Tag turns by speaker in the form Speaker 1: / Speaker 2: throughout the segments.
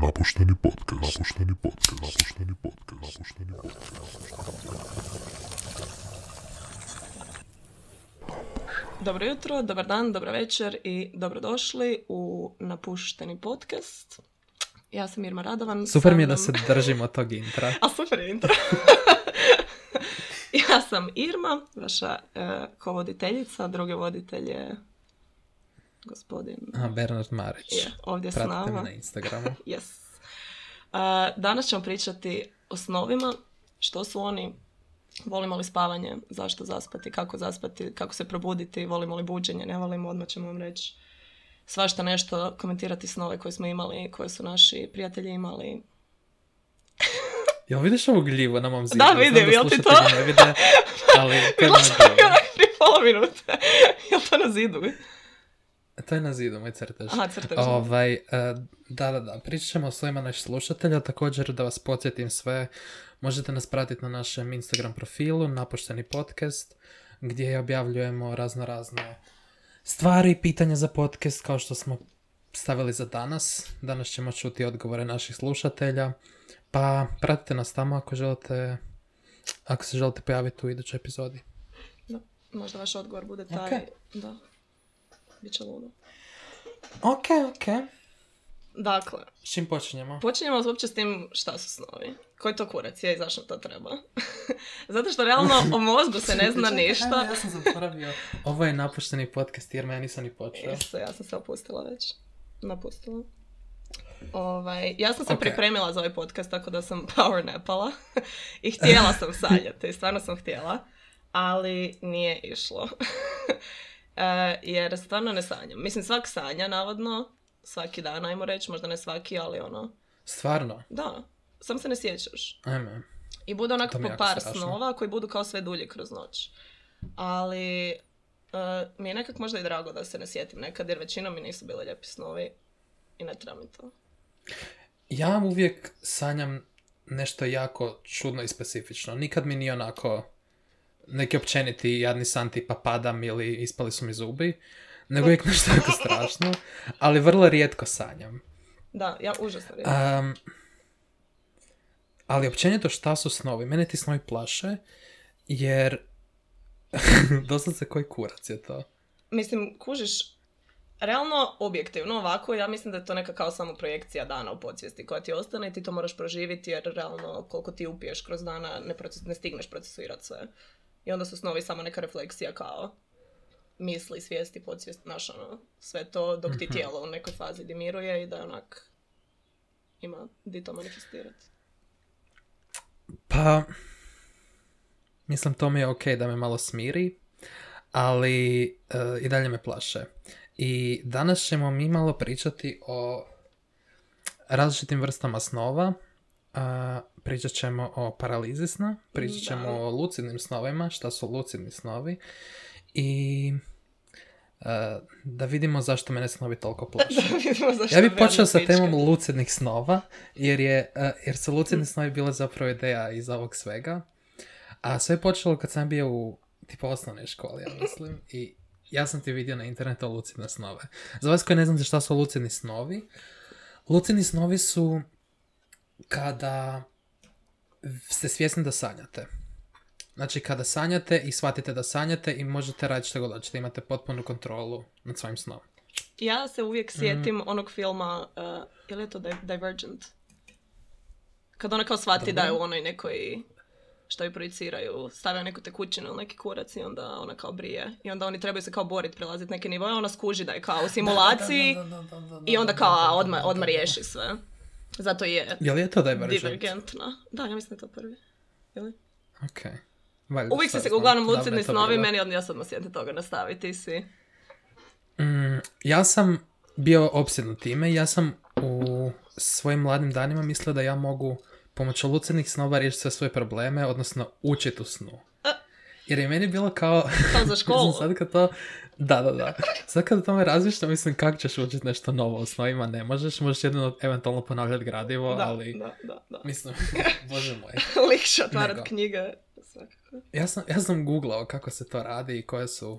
Speaker 1: Napušteni podcast. Napušteni podcast. Napušteni podcast. Napušteni podcast.
Speaker 2: Dobro jutro, dobar dan, dobra večer i dobrodošli u napušteni podcast. Ja sam Irma Radovan.
Speaker 3: Super
Speaker 2: sam-
Speaker 3: mi je da se držimo tog intra.
Speaker 2: A super je intro. ja sam Irma, vaša eh, kovoditeljica, drugi voditelj je gospodin.
Speaker 3: A, Bernard Marić.
Speaker 2: Je, ovdje s
Speaker 3: Pratite me
Speaker 2: nama.
Speaker 3: na Instagramu.
Speaker 2: Yes. A, danas ćemo pričati o snovima, što su oni, volimo li spavanje, zašto zaspati, kako zaspati, kako se probuditi, volimo li buđenje, ne volimo, odmah ćemo vam reći svašta nešto, komentirati snove koje smo imali, koje su naši prijatelji imali.
Speaker 3: Jel vidiš ovu gljivu na mom zidu?
Speaker 2: Da,
Speaker 3: Znam
Speaker 2: vidim, jel ti
Speaker 3: slušatelji
Speaker 2: to?
Speaker 3: ne vide, ali to je
Speaker 2: Bila
Speaker 3: na
Speaker 2: sam
Speaker 3: zidu.
Speaker 2: onak prije pola minute. Jel to na zidu?
Speaker 3: E, To je na zidu, moj crtež.
Speaker 2: Aha, crtež.
Speaker 3: Ovaj, e, da, da, da, pričat ćemo o svojima naših slušatelja, također da vas podsjetim sve, možete nas pratiti na našem Instagram profilu, napušteni podcast, gdje objavljujemo razno razne stvari i pitanja za podcast, kao što smo stavili za danas. Danas ćemo čuti odgovore naših slušatelja, pa pratite nas tamo ako želite, ako se želite pojaviti u idućoj epizodi.
Speaker 2: Da, možda vaš odgovor bude taj.
Speaker 3: Ok.
Speaker 2: Da. Biće ludo.
Speaker 3: Ok, ok.
Speaker 2: Dakle,
Speaker 3: S čim počinjemo?
Speaker 2: Počinjemo uopće s tim šta su snovi. Koji to kurac je i zašto to treba? Zato što realno o mozgu se ne zna
Speaker 3: Čekaj, ajme,
Speaker 2: ništa.
Speaker 3: ja sam zaboravio. Ovo je napušteni podcast jer ja nisam ni počeo.
Speaker 2: Isto, ja sam se opustila već. Napustila. Ovaj, ja sam se
Speaker 3: Ok.
Speaker 2: pripremila za ovaj podcast, tako da sam power napala. I htjela sam sanjati, stvarno sam htjela. Ali nije išlo. E, jer stvarno ne sanjam. Mislim, svak sanja, navodno. Svaki dan, ajmo reći, možda ne svaki, ali ono...
Speaker 3: Stvarno?
Speaker 2: Da, sam se ne sjećaš.
Speaker 3: Ajme.
Speaker 2: I bude onako
Speaker 3: To mi
Speaker 2: po
Speaker 3: je jako
Speaker 2: par
Speaker 3: strašno.
Speaker 2: snova koji budu kao sve dulje kroz noć. Ali e, mi je nekak možda i drago da se ne sjetim nekad jer većinom mi nisu bili lijepi snovi i ne treba mi to.
Speaker 3: Ja uvijek sanjam nešto jako čudno i specifično. Nikad mi nije onako neki općeniti jadni san tipa padam ili ispali su mi zubi. Nego uvijek nešto jako strašno. Ali vrlo rijetko sanjam.
Speaker 2: Da, ja užasno rijetko.
Speaker 3: Um, ali općenito šta su snovi? Mene ti snovi plaše jer... Doslovce koji kurac je to?
Speaker 2: Mislim, kužiš, realno objektivno ovako, ja mislim da je to neka kao samo projekcija dana u podsvijesti koja ti ostane i ti to moraš proživjeti jer realno koliko ti upiješ kroz dana ne, proces, ne stigneš procesuirati sve. I onda su snovi samo neka refleksija kao misli, svijesti, podsvijest, znaš ono, sve to dok ti
Speaker 3: Mhm.
Speaker 2: tijelo u nekoj fazi dimiruje i da je onak ima di to manifestirati.
Speaker 3: Pa, mislim to mi je ok da me malo smiri, ali e, i dalje me plaše. I danas ćemo mi malo pričati o različitim vrstama snova. A, pričat ćemo o paralizi sna, pričat
Speaker 2: Da.
Speaker 3: ćemo o lucidnim snovima, šta su lucidni snovi. I e, da vidimo zašto mene snovi toliko plaše.
Speaker 2: Vidimo zašto
Speaker 3: Ja bih
Speaker 2: velim
Speaker 3: počeo sa
Speaker 2: pička.
Speaker 3: temom lucidnih snova, jer, je, eh, jer su lucidni snovi bila zapravo ideja iz ovog svega. A sve je počelo kad sam bio u tipa osnovnoj školi, ja mislim, i ja sam ti vidio na internetu lucidne snove. Za vas koji ne znate šta su lucidni snovi, lucidni snovi su kada ste svjesni da sanjate. Znači kada sanjate i shvatite da sanjate i možete raditi što god hoćete, imate potpunu kontrolu nad svojim snom.
Speaker 2: Ja se uvijek sjetim onog filma, uh, je li je to Di- Divergent? Kad ona kao shvati da je u onoj nekoj, što ju projiciraju, stavlja neku tekućinu ili neki kurac i onda ona kao brije. I onda oni trebaju se kao boriti, prelaziti neke nivoje, ona skuži da je kao u simulaciji i onda kao a, odmah, odmah riješi sve. Zato i je
Speaker 3: Je li je to Divergent?
Speaker 2: divergentna. Da, ja mislim da je to prvi. Je li?
Speaker 3: Ok. Valjda
Speaker 2: Uvijek se,
Speaker 3: sad
Speaker 2: se
Speaker 3: znam.
Speaker 2: uglavnom
Speaker 3: Dobro
Speaker 2: lucidni
Speaker 3: je to
Speaker 2: snovi,
Speaker 3: bilo.
Speaker 2: meni onda ja sam osjetim toga nastaviti si.
Speaker 3: Mm, ja sam bio opsjednut time. Ja sam u svojim mladim danima mislio da ja mogu pomoću lucidnih snova riješiti sve svoje probleme, odnosno učiti u snu.
Speaker 2: A.
Speaker 3: Jer je meni bilo kao...
Speaker 2: Kao za školu.
Speaker 3: sad kad to... Da, da, da. Sad kad o tome razmišljam, mislim kako ćeš učiti nešto novo u snovima. Ne možeš, možeš jedino eventualno ponavljati gradivo,
Speaker 2: Da,
Speaker 3: ali...
Speaker 2: da, da, da.
Speaker 3: Mislim, bože moj.
Speaker 2: Likša otvarat
Speaker 3: Nego.
Speaker 2: knjige. Svakako.
Speaker 3: Ja sam, ja sam googlao kako se to radi i koje su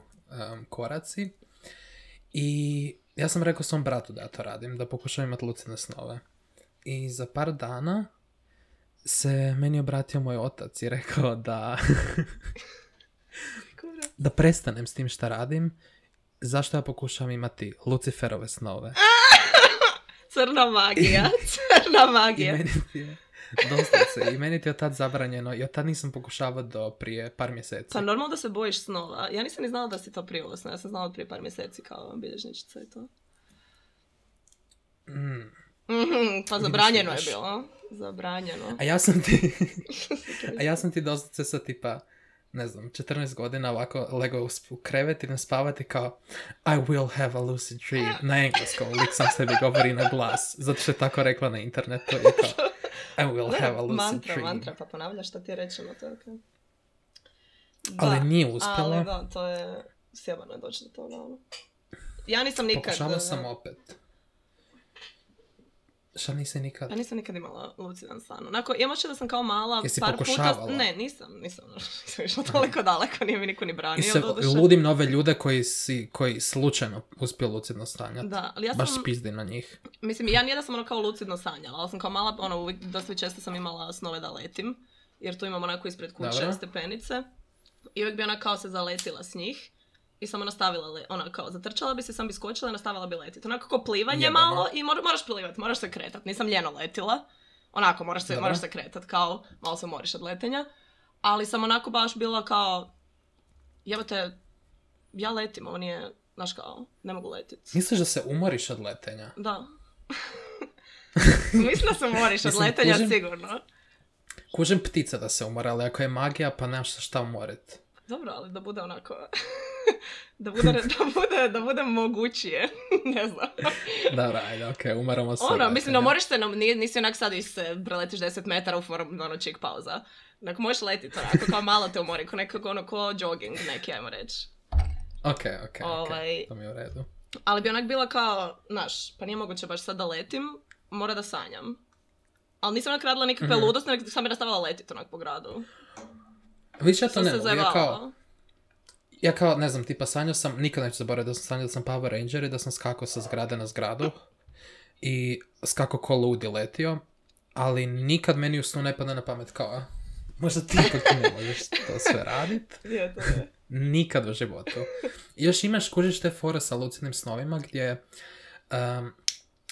Speaker 3: em, koraci. I ja sam rekao svom bratu da ja to radim, da pokušam imati lucidne snove. I za par dana se meni obratio moj otac i rekao da,
Speaker 2: Kura.
Speaker 3: da prestanem s tim šta radim. Zašto ja pokušavam imati Luciferove snove?
Speaker 2: Crna magija, crna
Speaker 3: I
Speaker 2: magija.
Speaker 3: meni ti je, doslovce, i meni ti je od tad zabranjeno i od tad nisam pokušavao do prije par mjeseci.
Speaker 2: Pa normalno da se bojiš snova. Ja nisam ni znala da si to privlasno. Ja sam znala od prije par mjeseci kao bilježničica i to.
Speaker 3: Mm.
Speaker 2: Mhm, pa
Speaker 3: Vidiš,
Speaker 2: zabranjeno je
Speaker 3: vidiš.
Speaker 2: bilo. Zabranjeno.
Speaker 3: A ja sam ti... A ja sam ti doslovce sa tipa, ne znam, 14 godina ovako legao u sp- u krevet i ne spavati kao I will have a lucid dream na engleskom, lik sam sebi govori na glas, zato što je tako rekla na internetu i kao I will have a lucid
Speaker 2: mantra,
Speaker 3: dream.
Speaker 2: mantra, pa ponavljaš što ti je rečeno, to je okej.
Speaker 3: Ali
Speaker 2: Da,
Speaker 3: nije uspjelo,
Speaker 2: Ali da, to je sjebano je doći do toga. ono. Ja nisam nikad... e,
Speaker 3: pokušavao
Speaker 2: da,
Speaker 3: Pa sam opet. Šta nisi nikad?
Speaker 2: Ja nisam nikad imala lucidan san. Onako, imam da sam kao mala
Speaker 3: Jesi
Speaker 2: par
Speaker 3: pokušavala?
Speaker 2: puta... Ne, nisam, nisam, ono, nisam išla toliko daleko, nije mi niko ni
Speaker 3: I
Speaker 2: branio.
Speaker 3: se
Speaker 2: doduše.
Speaker 3: ludim na ove ljude koji, si, koji slučajno uspiju lucidno stanjati.
Speaker 2: Da, ali ja
Speaker 3: Baš
Speaker 2: sam,
Speaker 3: spizdim na njih.
Speaker 2: mislim, ja nije da sam ono kao lucidno sanjala, ali sam kao mala, ono, uvijek dosta često sam imala snove da letim, jer tu imam onako ispred kuće
Speaker 3: Dobro.
Speaker 2: stepenice, i uvijek bi ona kao se zaletila s njih, i sam nastavila, le, ona kao zatrčala bi se, sam bi skočila i nastavila bi letiti. Onako kao plivanje
Speaker 3: Jebeno.
Speaker 2: malo i mor- moraš plivat, moraš se kretat, nisam ljeno letila, onako moraš se,
Speaker 3: Dobro.
Speaker 2: moraš se kretat, kao malo se moriš od letenja, ali sam onako baš bila kao, jebate, ja letim, ovo nije, znaš kao, ne mogu letit.
Speaker 3: Misliš da se umoriš od letenja?
Speaker 2: Da. Mislim da se moriš od
Speaker 3: Mislim,
Speaker 2: letenja
Speaker 3: kužim.
Speaker 2: sigurno.
Speaker 3: Kužem ptica da se umora, ali ako je magija, pa nemaš se šta umorit.
Speaker 2: Dobro, ali da bude onako... da, bude, da, bude, da bude mogućije. ne znam.
Speaker 3: Dobro, ajde, okej, dakle, umaramo se.
Speaker 2: Ono,
Speaker 3: od
Speaker 2: mislim,
Speaker 3: letenja.
Speaker 2: no moraš se, no, nije- nisi onak sad i se preletiš 10 metara u formu ono čik pauza. Dakle, možeš letiti onako, kao malo te umori, ko nekako ono, ko jogging neki, ajmo reći.
Speaker 3: Okej, okej,
Speaker 2: Ovaj-
Speaker 3: okej, to mi je u redu.
Speaker 2: Ali bi onak bila kao, znaš, pa nije moguće baš sad da letim, mora da sanjam. Ali nisam onak radila nikakve
Speaker 3: Mhm.
Speaker 2: ludosti, nego sam je nastavila letiti onak po gradu.
Speaker 3: Viš, ja to
Speaker 2: Sam
Speaker 3: ne
Speaker 2: se
Speaker 3: mogu, ja
Speaker 2: zajevala.
Speaker 3: kao, ja kao, ne znam, tipa sanjao sam, nikad neću zaboraviti da sam sanjao da sam Power Ranger i da sam skakao sa zgrade na zgradu i skakao ko ludi letio, ali nikad meni u snu ne pada na pamet kao, a, možda ti ipak ne možeš to sve radit.
Speaker 2: Je, to je.
Speaker 3: Nikad u životu. I još imaš kužiš te fore sa lucidnim snovima gdje um,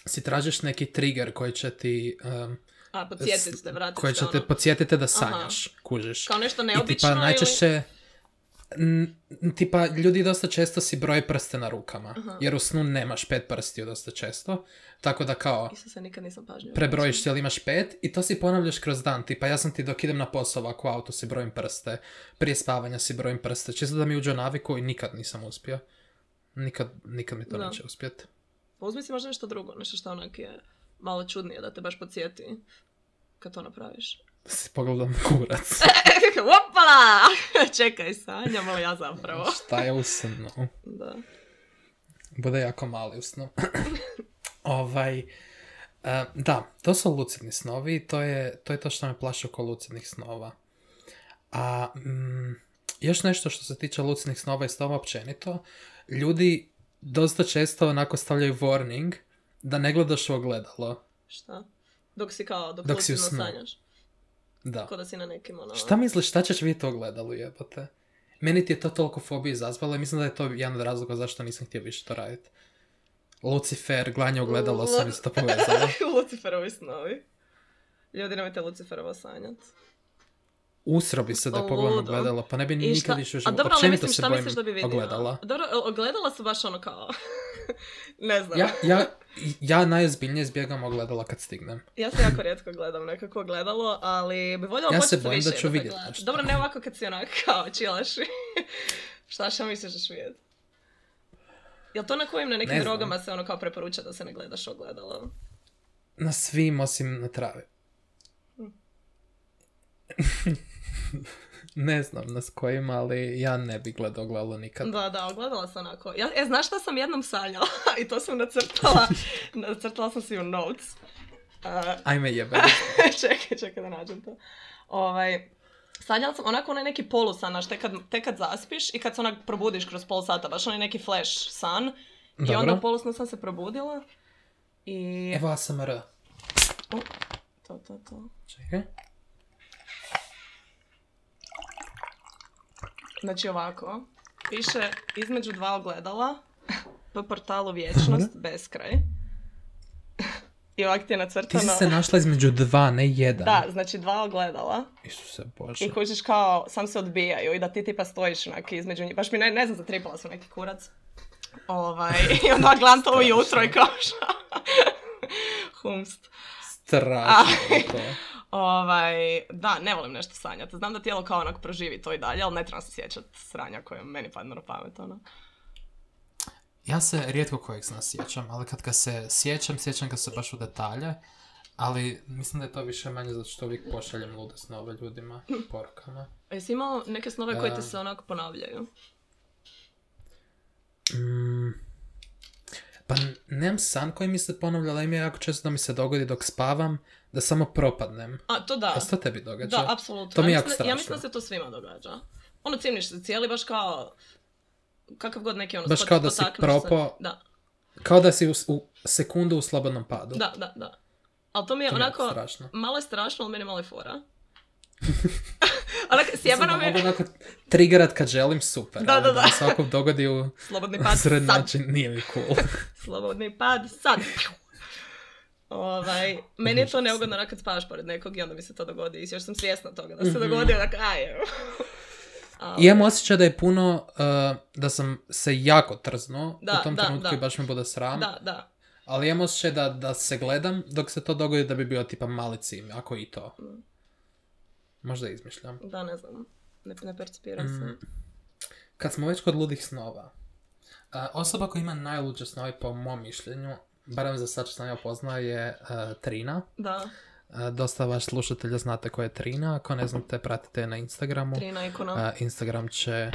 Speaker 3: si tražiš neki trigger koji će ti um,
Speaker 2: A, podsjetit te, vratit
Speaker 3: koji će
Speaker 2: te,
Speaker 3: te
Speaker 2: ono,
Speaker 3: podsjetiti da sanjaš, kužiš.
Speaker 2: kao nešto
Speaker 3: I
Speaker 2: neobično
Speaker 3: tipa najčešće n- n- tipa ljudi dosta često si broje prste na rukama,
Speaker 2: Aha.
Speaker 3: jer u snu nemaš pet prstiju dosta često, tako da kao
Speaker 2: ili... Isuse, nikad nisam pažnju.
Speaker 3: prebrojiš se ili imaš pet i to si ponavljaš kroz dan, tipa ja sam ti dok idem na posao ovako u auto si brojim prste, prije spavanja si brojim prste, čisto da mi uđe u naviku i nikad nisam uspio. Nikad, nikad mi to
Speaker 2: Da.
Speaker 3: neće uspjeti.
Speaker 2: Pa Uzmi si možda nešto drugo, nešto što onak je malo čudnije da te baš podsjeti kad to napraviš. E,
Speaker 3: Da si pogledam kurac.
Speaker 2: Opala! Čekaj, sanjam li ja zapravo?
Speaker 3: Šta je u snu?
Speaker 2: Da.
Speaker 3: Bude jako mali u snu. ovaj, e, da, to su lucidni snovi i to je, to je to što me plaši oko lucidnih snova. A mm, još nešto što se tiče lucidnih snova i snova općenito, ljudi dosta često onako stavljaju warning da ne gledaš u ogledalo.
Speaker 2: Šta? Dok si kao, dok,
Speaker 3: Dok si u
Speaker 2: lucidno
Speaker 3: snu.
Speaker 2: sanjaš.
Speaker 3: Da.
Speaker 2: Tako da si na nekim ono...
Speaker 3: Šta misliš, šta ćeš vidjeti u ogledalu jebote? Meni ti je to toliko fobije izazvalo i mislim da je to jedan od razloga zašto nisam htio više to raditi. Lucifer, glanje ogledalo sam isto povezala.
Speaker 2: Luciferovi snovi. Ljudi, nemojte Luciferovo sanjat.
Speaker 3: Usro bi se da
Speaker 2: Ludo.
Speaker 3: pogledam ogledalo, pa ne bi
Speaker 2: I šta-
Speaker 3: nikad više u
Speaker 2: A
Speaker 3: životu.
Speaker 2: dobro, ali
Speaker 3: Općenito
Speaker 2: mislim,
Speaker 3: se
Speaker 2: šta
Speaker 3: bojim
Speaker 2: misliš da bi vidjela?
Speaker 3: ogledala.
Speaker 2: Dobro, ogledala su baš ono kao... ne znam.
Speaker 3: Ja, ja, ja najozbiljnije izbjegam ogledala kad stignem.
Speaker 2: Ja se jako rijetko gledam nekako gledalo, ali bi voljela
Speaker 3: Ja se
Speaker 2: početi
Speaker 3: bojim
Speaker 2: više
Speaker 3: da ću
Speaker 2: jednog
Speaker 3: vidjet
Speaker 2: gledati.
Speaker 3: nešto.
Speaker 2: Dobro, ne ovako kad si onak kao čilaš. i- šta šta misliš da ćeš vidjeti? Jel to na kojim na nekim
Speaker 3: Ne znam.
Speaker 2: drogama se ono kao preporuča da se ne gledaš ogledalo?
Speaker 3: Na svim osim na travi. ne znam na s kojim, ali ja ne bi gledao ogledalo nikad.
Speaker 2: Da, da, ogledala sam onako. Ja, e, znaš šta sam jednom sanjala? I to sam nacrtala. nacrtala sam si u notes. A,
Speaker 3: Ajme jebe.
Speaker 2: čekaj, čekaj da nađem to. Ovaj, sanjala sam onako onaj neki polusan, znaš, tek kad, tek kad zaspiš i kad se onak probudiš kroz pol sata, baš onaj neki flash san. I
Speaker 3: Dobro.
Speaker 2: onda polusno sam se probudila i...
Speaker 3: Evo ASMR.
Speaker 2: To, to, to.
Speaker 3: Čekaj.
Speaker 2: Znači ovako, piše između dva ogledala, po portalu vječnost, beskraj. I ovak ti je
Speaker 3: Ti si
Speaker 2: nacrtano.
Speaker 3: se našla između dva, ne jedan.
Speaker 2: Da, znači dva ogledala
Speaker 3: Isuse Bože.
Speaker 2: i kužiš kao sam se odbijaju i da ti tipa stojiš onak između njih. Baš mi ne, ne znam, zatripala sam neki kurac. Ovaj, i onda gledam to ujutro i kao šta? Humst.
Speaker 3: Strašno je to.
Speaker 2: Ovaj, da, ne volim nešto sanjati. Znam da tijelo kao onak proživi to i dalje, ali ne trebam se sjećat sranja koje meni padne na pamet, ono.
Speaker 3: Ja se rijetko kojeg sna sjećam, ali kad ga se sjećam, sjećam ga se baš u detalje. Ali mislim da je to više manje zato što uvijek pošaljem lude snove ljudima, porukama.
Speaker 2: A Jesi imao neke snove koje ti
Speaker 3: Da.
Speaker 2: se onako ponavljaju?
Speaker 3: Mm. Pa n- nemam san koji mi se ponavlja, ali mi je jako često da mi se dogodi dok spavam, da samo propadnem.
Speaker 2: A, to da.
Speaker 3: A što tebi događa?
Speaker 2: Da, apsolutno.
Speaker 3: To mi je
Speaker 2: ja,
Speaker 3: jako
Speaker 2: mislim, ja mislim
Speaker 3: strašno.
Speaker 2: da se to svima događa. Ono cimniš se cijeli baš kao... Kakav god neki ono...
Speaker 3: Baš
Speaker 2: spot-
Speaker 3: kao da si
Speaker 2: potakneš se.
Speaker 3: propao.
Speaker 2: Da,
Speaker 3: Kao da si u, s- u sekundu u slobodnom padu.
Speaker 2: da, da, da. Ali to mi je
Speaker 3: To mi je
Speaker 2: onako...
Speaker 3: strašno.
Speaker 2: Malo je strašno, ali meni malo je fora. onak,
Speaker 3: Mislim
Speaker 2: sjebano
Speaker 3: da
Speaker 2: mi
Speaker 3: mogu
Speaker 2: je...
Speaker 3: onako triggerat kad želim, super.
Speaker 2: Da,
Speaker 3: ali
Speaker 2: da, da.
Speaker 3: mi se ovako dogodi u
Speaker 2: Slobodni pad
Speaker 3: sred
Speaker 2: sad.
Speaker 3: noći, nije mi cool.
Speaker 2: Slobodni pad sad. Ovaj, meni je to neugodno onak kad spavaš pored nekog i onda mi se to dogodi. I još sam svjesna toga da se
Speaker 3: Mhm.
Speaker 2: dogodi, onak, aj, evo. Ali-
Speaker 3: I imam osjećaj da je puno, uh, da sam se jako trznuo
Speaker 2: Da,
Speaker 3: u tom
Speaker 2: da,
Speaker 3: trenutku
Speaker 2: da.
Speaker 3: i baš me bude sram.
Speaker 2: Da, da.
Speaker 3: Ali imam osjećaj da, da se gledam dok se to dogodi da bi bio tipa mali cim, ako i to.
Speaker 2: Mm.
Speaker 3: Možda izmišljam.
Speaker 2: Da, ne znam. Ne, ne percipiram
Speaker 3: Mm.
Speaker 2: se.
Speaker 3: Kad smo već kod ludih snova, a, osoba koja ima najluđe snove po mom mišljenju, barem za sad što sam ja poznao, je a, Trina.
Speaker 2: Da,
Speaker 3: A, dosta vaš slušatelja znate ko je Trina, ako ne znate pratite je na Instagramu.
Speaker 2: Trina ikona.
Speaker 3: A, Instagram će...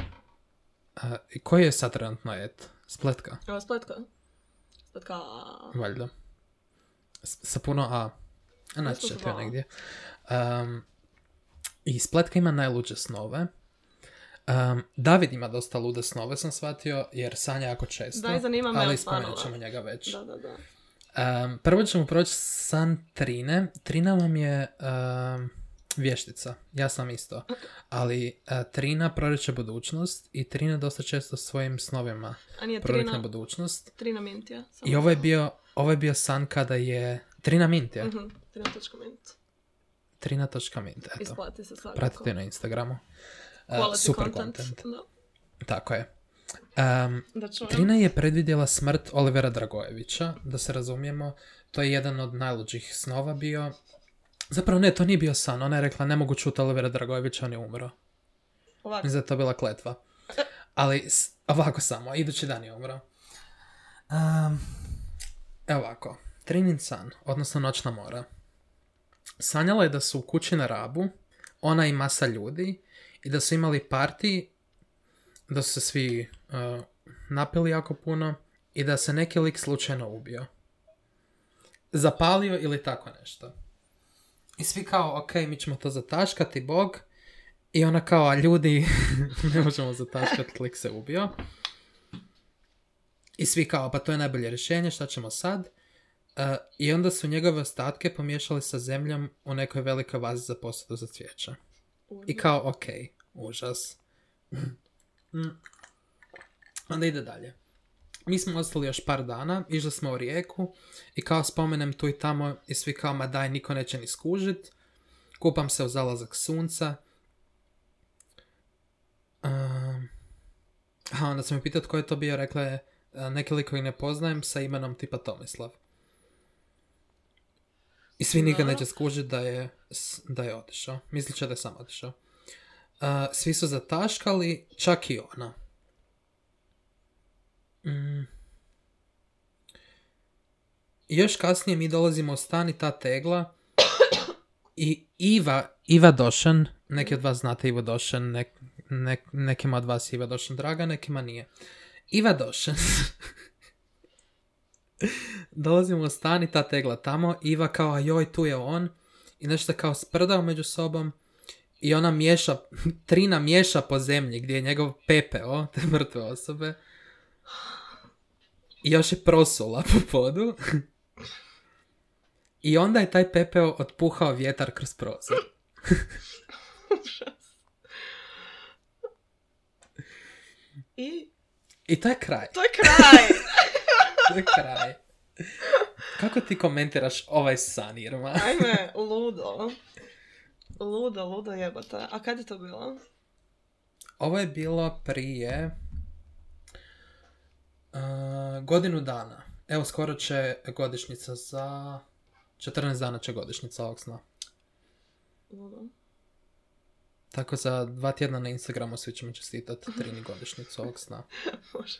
Speaker 3: a, i koji je sad trenutno et? Spletka,
Speaker 2: Evo, spletka. Spletka.
Speaker 3: valjda. S- sa puno A. A, Naći
Speaker 2: Mislim
Speaker 3: ćete
Speaker 2: dva.
Speaker 3: joj negdje. Am, I spletka ima najluđe snove. Am, David ima dosta lude snove, sam shvatio, jer sanja jako često.
Speaker 2: Da, i zanima me
Speaker 3: ali
Speaker 2: od
Speaker 3: spomenut
Speaker 2: stanova.
Speaker 3: ćemo njega već.
Speaker 2: Da, da, da.
Speaker 3: Am, prvo ćemo proći san Trine. Trina vam je am, vještica. Ja sam isto. Ali a, Trina proriče budućnost i Trina dosta često svojim snovima
Speaker 2: A nije
Speaker 3: prorikne
Speaker 2: Trina,
Speaker 3: budućnost.
Speaker 2: Trina Mintija. samo
Speaker 3: I ovo je
Speaker 2: to.
Speaker 3: bio, ovo je bio san kada je Trina Mint je.
Speaker 2: Mhm, Trina točka Mint.
Speaker 3: Trina.mint, eto.
Speaker 2: Isplati se svakako.
Speaker 3: Pratite je na Instagramu. A,
Speaker 2: Quality
Speaker 3: super
Speaker 2: content.
Speaker 3: content.
Speaker 2: Da,
Speaker 3: Tako je. Am,
Speaker 2: da čujem.
Speaker 3: Trina je predvidjela smrt Olivera Dragojevića, da se razumijemo. To je jedan od najluđih snova bio. Zapravo ne, to nije bio san. Ona je rekla, ne mogu čuti Olivera Dragojevića, on je umro.
Speaker 2: Ovako.
Speaker 3: Mislim da je to bila kletva. Ali s- ovako samo, idući dan je umro. Um, evo ovako. Trinin san, odnosno noćna mora. Sanjala je da su u kući na rabu, ona i masa ljudi, i da su imali parti, da su se svi uh, napili jako puno, i da se neki lik slučajno ubio. Zapalio ili tako nešto. I svi kao, ok, mi ćemo to zataškati, bog, i ona kao, a ljudi, ne možemo zataškati, lik se ubio. I svi kao, pa to je najbolje rješenje, šta ćemo sad? E, I onda su njegove ostatke pomiješali sa zemljom u nekoj velikoj vazi za posadu za cvijeće. I kao, ok, užas. Mm. Onda ide dalje. Mi smo ostali još par dana, išli smo u rijeku i kao spomenem tu i tamo i svi kao, ma daj, niko neće ni skužit. Kupam se u zalazak sunca. Um, a onda sam je pitao tko je to bio, rekla je "E, neki lik koji ne poznajem sa imenom tipa Tomislav. I svi nikad
Speaker 2: Dobro.
Speaker 3: neće skužit da je, s- da je otišao. Mislit će da je sam otišao. A, svi su zataškali, čak i ona. Mm. I Još kasnije mi dolazimo u stan i ta tegla i Iva, Iva Došan, neki od vas znate Ivo Došan, nek- nek- nekima od vas je Iva Došan draga, nekima nije. Iva Došan. Dolazimo u stan i ta tegla tamo, Iva kao, a joj, tu je on. I nešto kao sprdao među sobom. I ona miješa, Trina miješa po zemlji gdje je njegov pepeo, te mrtve osobe. I još je prosula po podu. I onda je taj pepeo otpuhao vjetar kroz prozor.
Speaker 2: Užas. I
Speaker 3: I to je kraj.
Speaker 2: to je kraj.
Speaker 3: To je kraj. Kako ti komentiraš ovaj san, Irma?
Speaker 2: Ajme, ludo. Ludo, ludo jebata. A kad je to bilo?
Speaker 3: Ovo je bilo prije uh, godinu dana. Evo, skoro će godišnjica za... 14 dana će godišnjica ovog sna.
Speaker 2: Ludo.
Speaker 3: Tako za dva tjedna na Instagramu svi ćemo čestitati trini godišnjicu ovog sna.
Speaker 2: Može.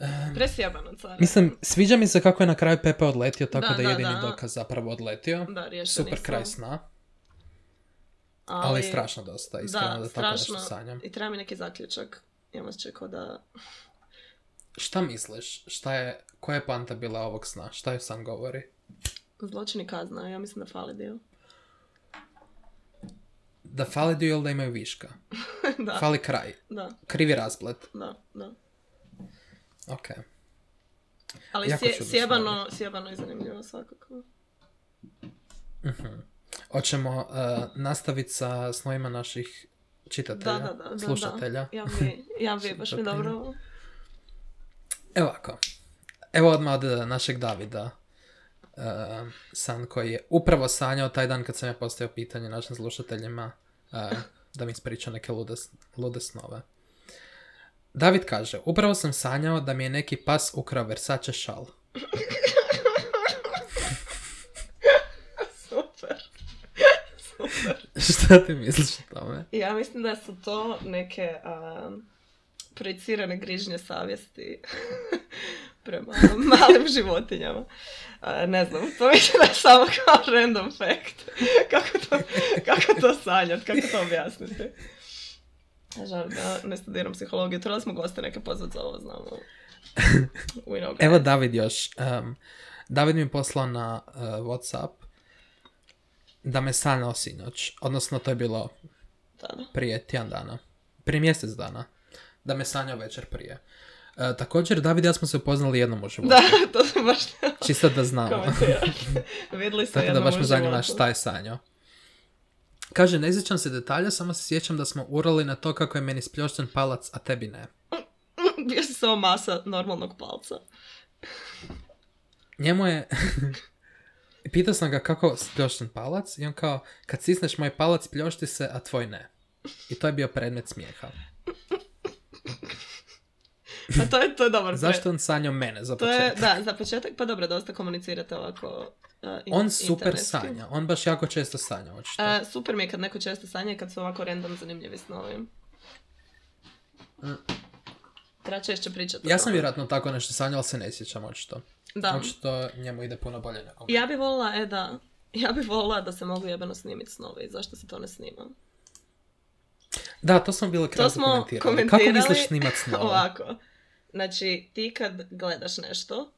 Speaker 3: Ehm,
Speaker 2: Presjebano, care.
Speaker 3: mislim, sviđa mi se kako je na kraju Pepe odletio, tako
Speaker 2: Da,
Speaker 3: da,
Speaker 2: da,
Speaker 3: jedini
Speaker 2: da.
Speaker 3: dokaz zapravo odletio.
Speaker 2: da, riješeni
Speaker 3: Super
Speaker 2: smo.
Speaker 3: kraj sna, ali, strašno dosta, iskreno da, tako nešto sanjam.
Speaker 2: I treba mi neki zaključak. Ja vas čekao da...
Speaker 3: Šta misliš? Šta je, koja je panta bila ovog sna? Šta joj sam govori?
Speaker 2: Zločini kazna, ja mislim da fali dio.
Speaker 3: Da fali dio ili da imaju viška?
Speaker 2: da,
Speaker 3: Fali kraj.
Speaker 2: da,
Speaker 3: Krivi razplet.
Speaker 2: da, da.
Speaker 3: Ok.
Speaker 2: Ali
Speaker 3: Jako
Speaker 2: sje-
Speaker 3: čudno
Speaker 2: sjebano, sjebano i zanimljivo svakako.
Speaker 3: Mhm. Hoćemo eh, nastaviti sa snovima naših čitatelja,
Speaker 2: Da, da, da, da, da.
Speaker 3: slušatelja.
Speaker 2: Ja bi, ja bi, baš mi
Speaker 3: Čitatelja.
Speaker 2: dobro ovo.
Speaker 3: Evo ovako. Evo odmah od eh, našeg Davida. eh, san koji je upravo sanjao taj dan kad sam ja postavio pitanje našim slušateljima eh, da mi ispriča neke lude, s- lude snove. David kaže, upravo sam sanjao da mi je neki pas ukrao Versace šal.
Speaker 2: Super. Super.
Speaker 3: Šta ti misliš o tome?
Speaker 2: Ja mislim da su to neke a, projicirane grižnje savjesti prema malim životinjama. A, ne znam, to mislim da je samo kao random fact. kako, to, kako to sanjati, kako to objasniti. Žao da ne studiram psihologiju, trebali smo goste neke pozvati za ovo, znamo. We know guys.
Speaker 3: Evo David još. em, David mi je poslao na eh, Whatsapp da me sanjao sinoć. Odnosno, to je bilo
Speaker 2: Da, da.
Speaker 3: prije tjedan dana. Prije mjesec dana. Da me sanjao večer prije. E, također, David i ja smo se upoznali jednom u životu.
Speaker 2: Da, to sam baš
Speaker 3: Čisto da znamo.
Speaker 2: komentirati. Vidjeli ste
Speaker 3: Tako da
Speaker 2: jednom
Speaker 3: baš
Speaker 2: u
Speaker 3: me zanima
Speaker 2: životu.
Speaker 3: šta je sanjao. Kaže, ne sjećam se detalja, samo se sjećam da smo urali na to kako je meni spljošten palac, a tebi ne.
Speaker 2: Bio si samo masa normalnog palca.
Speaker 3: Njemu je... Pitao sam ga kako spljošten palac i on kao, kad sisneš moj palac, pljošti se, a tvoj ne. I to je bio predmet smijeha.
Speaker 2: A Pa to je, to je dobar
Speaker 3: Zašto je on sanjao mene za
Speaker 2: pre- To je,
Speaker 3: početak?
Speaker 2: da, za početak, pa dobro, dosta komunicirate ovako uh, in-
Speaker 3: On super
Speaker 2: internetski.
Speaker 3: sanja, on baš jako često sanja, očito.
Speaker 2: Uh, super mi je kad neko često sanja i kad su ovako random zanimljivi snovi.
Speaker 3: Mm.
Speaker 2: Treba češće pričati. o
Speaker 3: Ja sam
Speaker 2: tome.
Speaker 3: vjerojatno tako nešto sanjao, ali se ne sjećam očito.
Speaker 2: Da.
Speaker 3: Očito njemu ide puno bolje nego meni.
Speaker 2: Ja bi volila, e da, ja bi volila da se mogu jebeno snimiti snovi. Zašto se to ne snima?
Speaker 3: Da, to smo bile
Speaker 2: To
Speaker 3: kratko
Speaker 2: smo
Speaker 3: komentirali.
Speaker 2: komentirali.
Speaker 3: Kako misliš snimat snova?
Speaker 2: Ovako. Znači, ti kad gledaš nešto,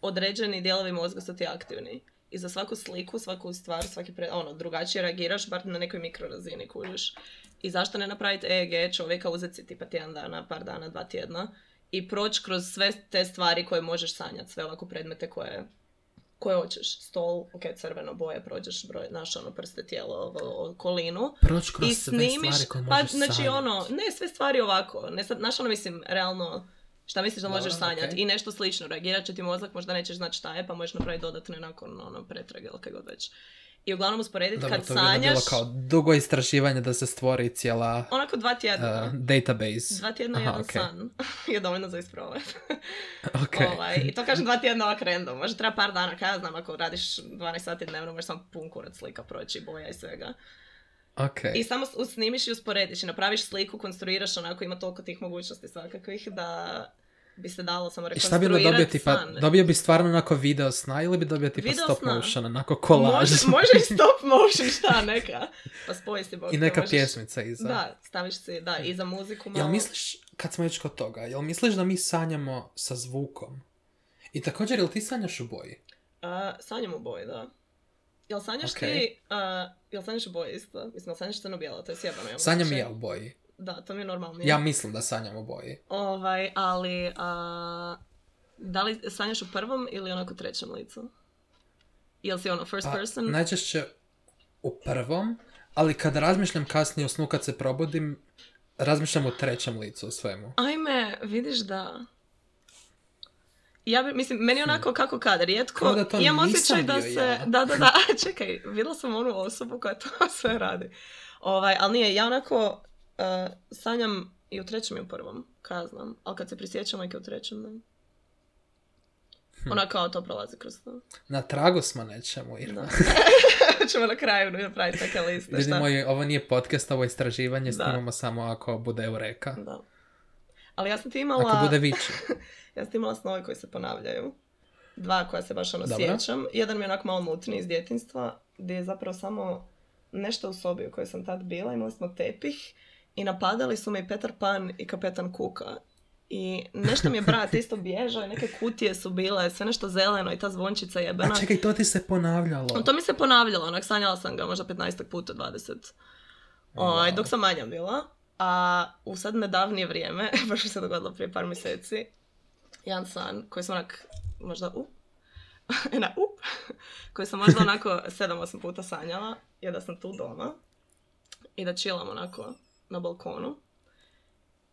Speaker 2: određeni dijelovi mozga su ti aktivni. I za svaku sliku, svaku stvar, svaki pre... ono, drugačije reagiraš, bar na nekoj mikrorazini kužiš. I zašto ne napraviti EEG čovjeka, uzeti si tipa tjedan dana, par dana, dva tjedna i proći kroz sve te stvari koje možeš sanjati, sve ovako predmete koje koje hoćeš, stol, ok, crveno boje, prođeš broj, naš ono prste tijelo, ovo, okolinu,
Speaker 3: Proći kroz
Speaker 2: i
Speaker 3: sve
Speaker 2: snimiš,
Speaker 3: stvari koje
Speaker 2: pa
Speaker 3: možeš
Speaker 2: znači
Speaker 3: sanjat.
Speaker 2: ono, ne sve stvari ovako, ne sad, znaš ono mislim, realno, šta misliš da
Speaker 3: Dobro,
Speaker 2: možeš sanjati
Speaker 3: okej.
Speaker 2: i nešto slično, reagirat će ti mozak, možda nećeš znati šta je, pa možeš napraviti dodatne nakon ono pretrage ili kaj god već. I uglavnom usporediti
Speaker 3: Dobro,
Speaker 2: kad
Speaker 3: to bi onda bilo
Speaker 2: sanjaš,
Speaker 3: kao dugo istraživanje da se stvori cijela
Speaker 2: onako dva
Speaker 3: uh,
Speaker 2: tjedna, ono.
Speaker 3: database.
Speaker 2: dva tjedna
Speaker 3: Aha,
Speaker 2: jedan
Speaker 3: okej.
Speaker 2: san je dovoljno za isprobati.
Speaker 3: Ok.
Speaker 2: Ovaj, I to kažem dva tjedna ovak random, možda treba par dana, kaj ja znam, ako radiš 12 sati dnevno, možeš samo pun kurac slika proći, boja i svega.
Speaker 3: ok.
Speaker 2: I samo s- snimiš i usporediš i napraviš sliku, konstruiraš onako, ima toliko tih mogućnosti svakakvih da bi se dalo samo
Speaker 3: I E, šta bi onda dobio
Speaker 2: rekonstruirati
Speaker 3: tipa,
Speaker 2: san.
Speaker 3: dobio bi stvarno onako video sna ili bi dobio tipa
Speaker 2: Video
Speaker 3: stop
Speaker 2: sna.
Speaker 3: motion, onako kolaž
Speaker 2: Može, može i stop motion, šta neka. Pa spoji si bok.
Speaker 3: i neka pjesmica iza.
Speaker 2: Da, staviš si, da, i za muziku malo.
Speaker 3: Jel misliš, kad smo već kod toga, jel misliš da mi sanjamo sa zvukom? I također, jel ti sanjaš u boji?
Speaker 2: A, sanjam u boji, da. Jel sanjaš
Speaker 3: Ok.
Speaker 2: ti, a, jel sanjaš u boji isto? Mislim, jel sanjaš crno-bijelo, to je sjebano. jel
Speaker 3: Sanjam i
Speaker 2: moguće?
Speaker 3: ja u boji.
Speaker 2: Da, to mi je normalnije.
Speaker 3: Ja mislim da sanjam u boji.
Speaker 2: Ovaj, ali, a, da li sanjaš u prvom ili onako trećem licu? Jel si ono first
Speaker 3: Pa,
Speaker 2: person?
Speaker 3: najčešće u prvom, ali kad razmišljam kasnije o snu kad se probudim, razmišljam u trećem licu o svemu.
Speaker 2: Ajme, vidiš da... Ja bi, mislim, meni onako kako kad, rijetko,
Speaker 3: Hm. Kao da to
Speaker 2: imam
Speaker 3: nisam
Speaker 2: osjećaj da
Speaker 3: bio
Speaker 2: se,
Speaker 3: ja.
Speaker 2: da, da, da, a, čekaj, vidjela sam onu osobu koja to sve radi. Ovaj, ali nije, ja onako eh, sanjam i u trećem i u prvom, kad ja znam, ali kad se prisjećam, uvijek je u trećem, ne.
Speaker 3: Hm.
Speaker 2: Ona kao to prolazi kroz to.
Speaker 3: Na tragu smo nečemu, Irma.
Speaker 2: Da. Ćemo na kraju napraviti neke liste,
Speaker 3: Ljudi
Speaker 2: šta?
Speaker 3: moji, ovo nije podcast, ovo je istraživanje,
Speaker 2: Da.
Speaker 3: snimamo samo ako bude eureka.
Speaker 2: Da. Ali ja sam ti imala...
Speaker 3: Ako bude vići.
Speaker 2: Ja sam imala snove koji se ponavljaju. Dva koja se baš ono
Speaker 3: Dobro.
Speaker 2: sjećam. Jedan mi je onako malo mutni iz djetinstva, gdje je zapravo samo nešto u sobi u kojoj sam tad bila. Imali smo tepih i napadali su me i Petar Pan i Kapetan Kuka. I nešto mi je brat isto bježao i neke kutije su bile, sve nešto zeleno i ta zvončica jebena.
Speaker 3: A čekaj, to ti se ponavljalo.
Speaker 2: To mi se ponavljalo, onak sanjala sam ga možda 15 puta, 20. Ovaj,
Speaker 3: Wow.
Speaker 2: Dok sam manja bila. A u sad nedavnije vrijeme, baš mi se dogodilo prije par mjeseci, jedan san koji sam onak možda u, na up, koji sam možda onako 7-8 puta sanjala, je da sam tu doma i da čilam onako na balkonu.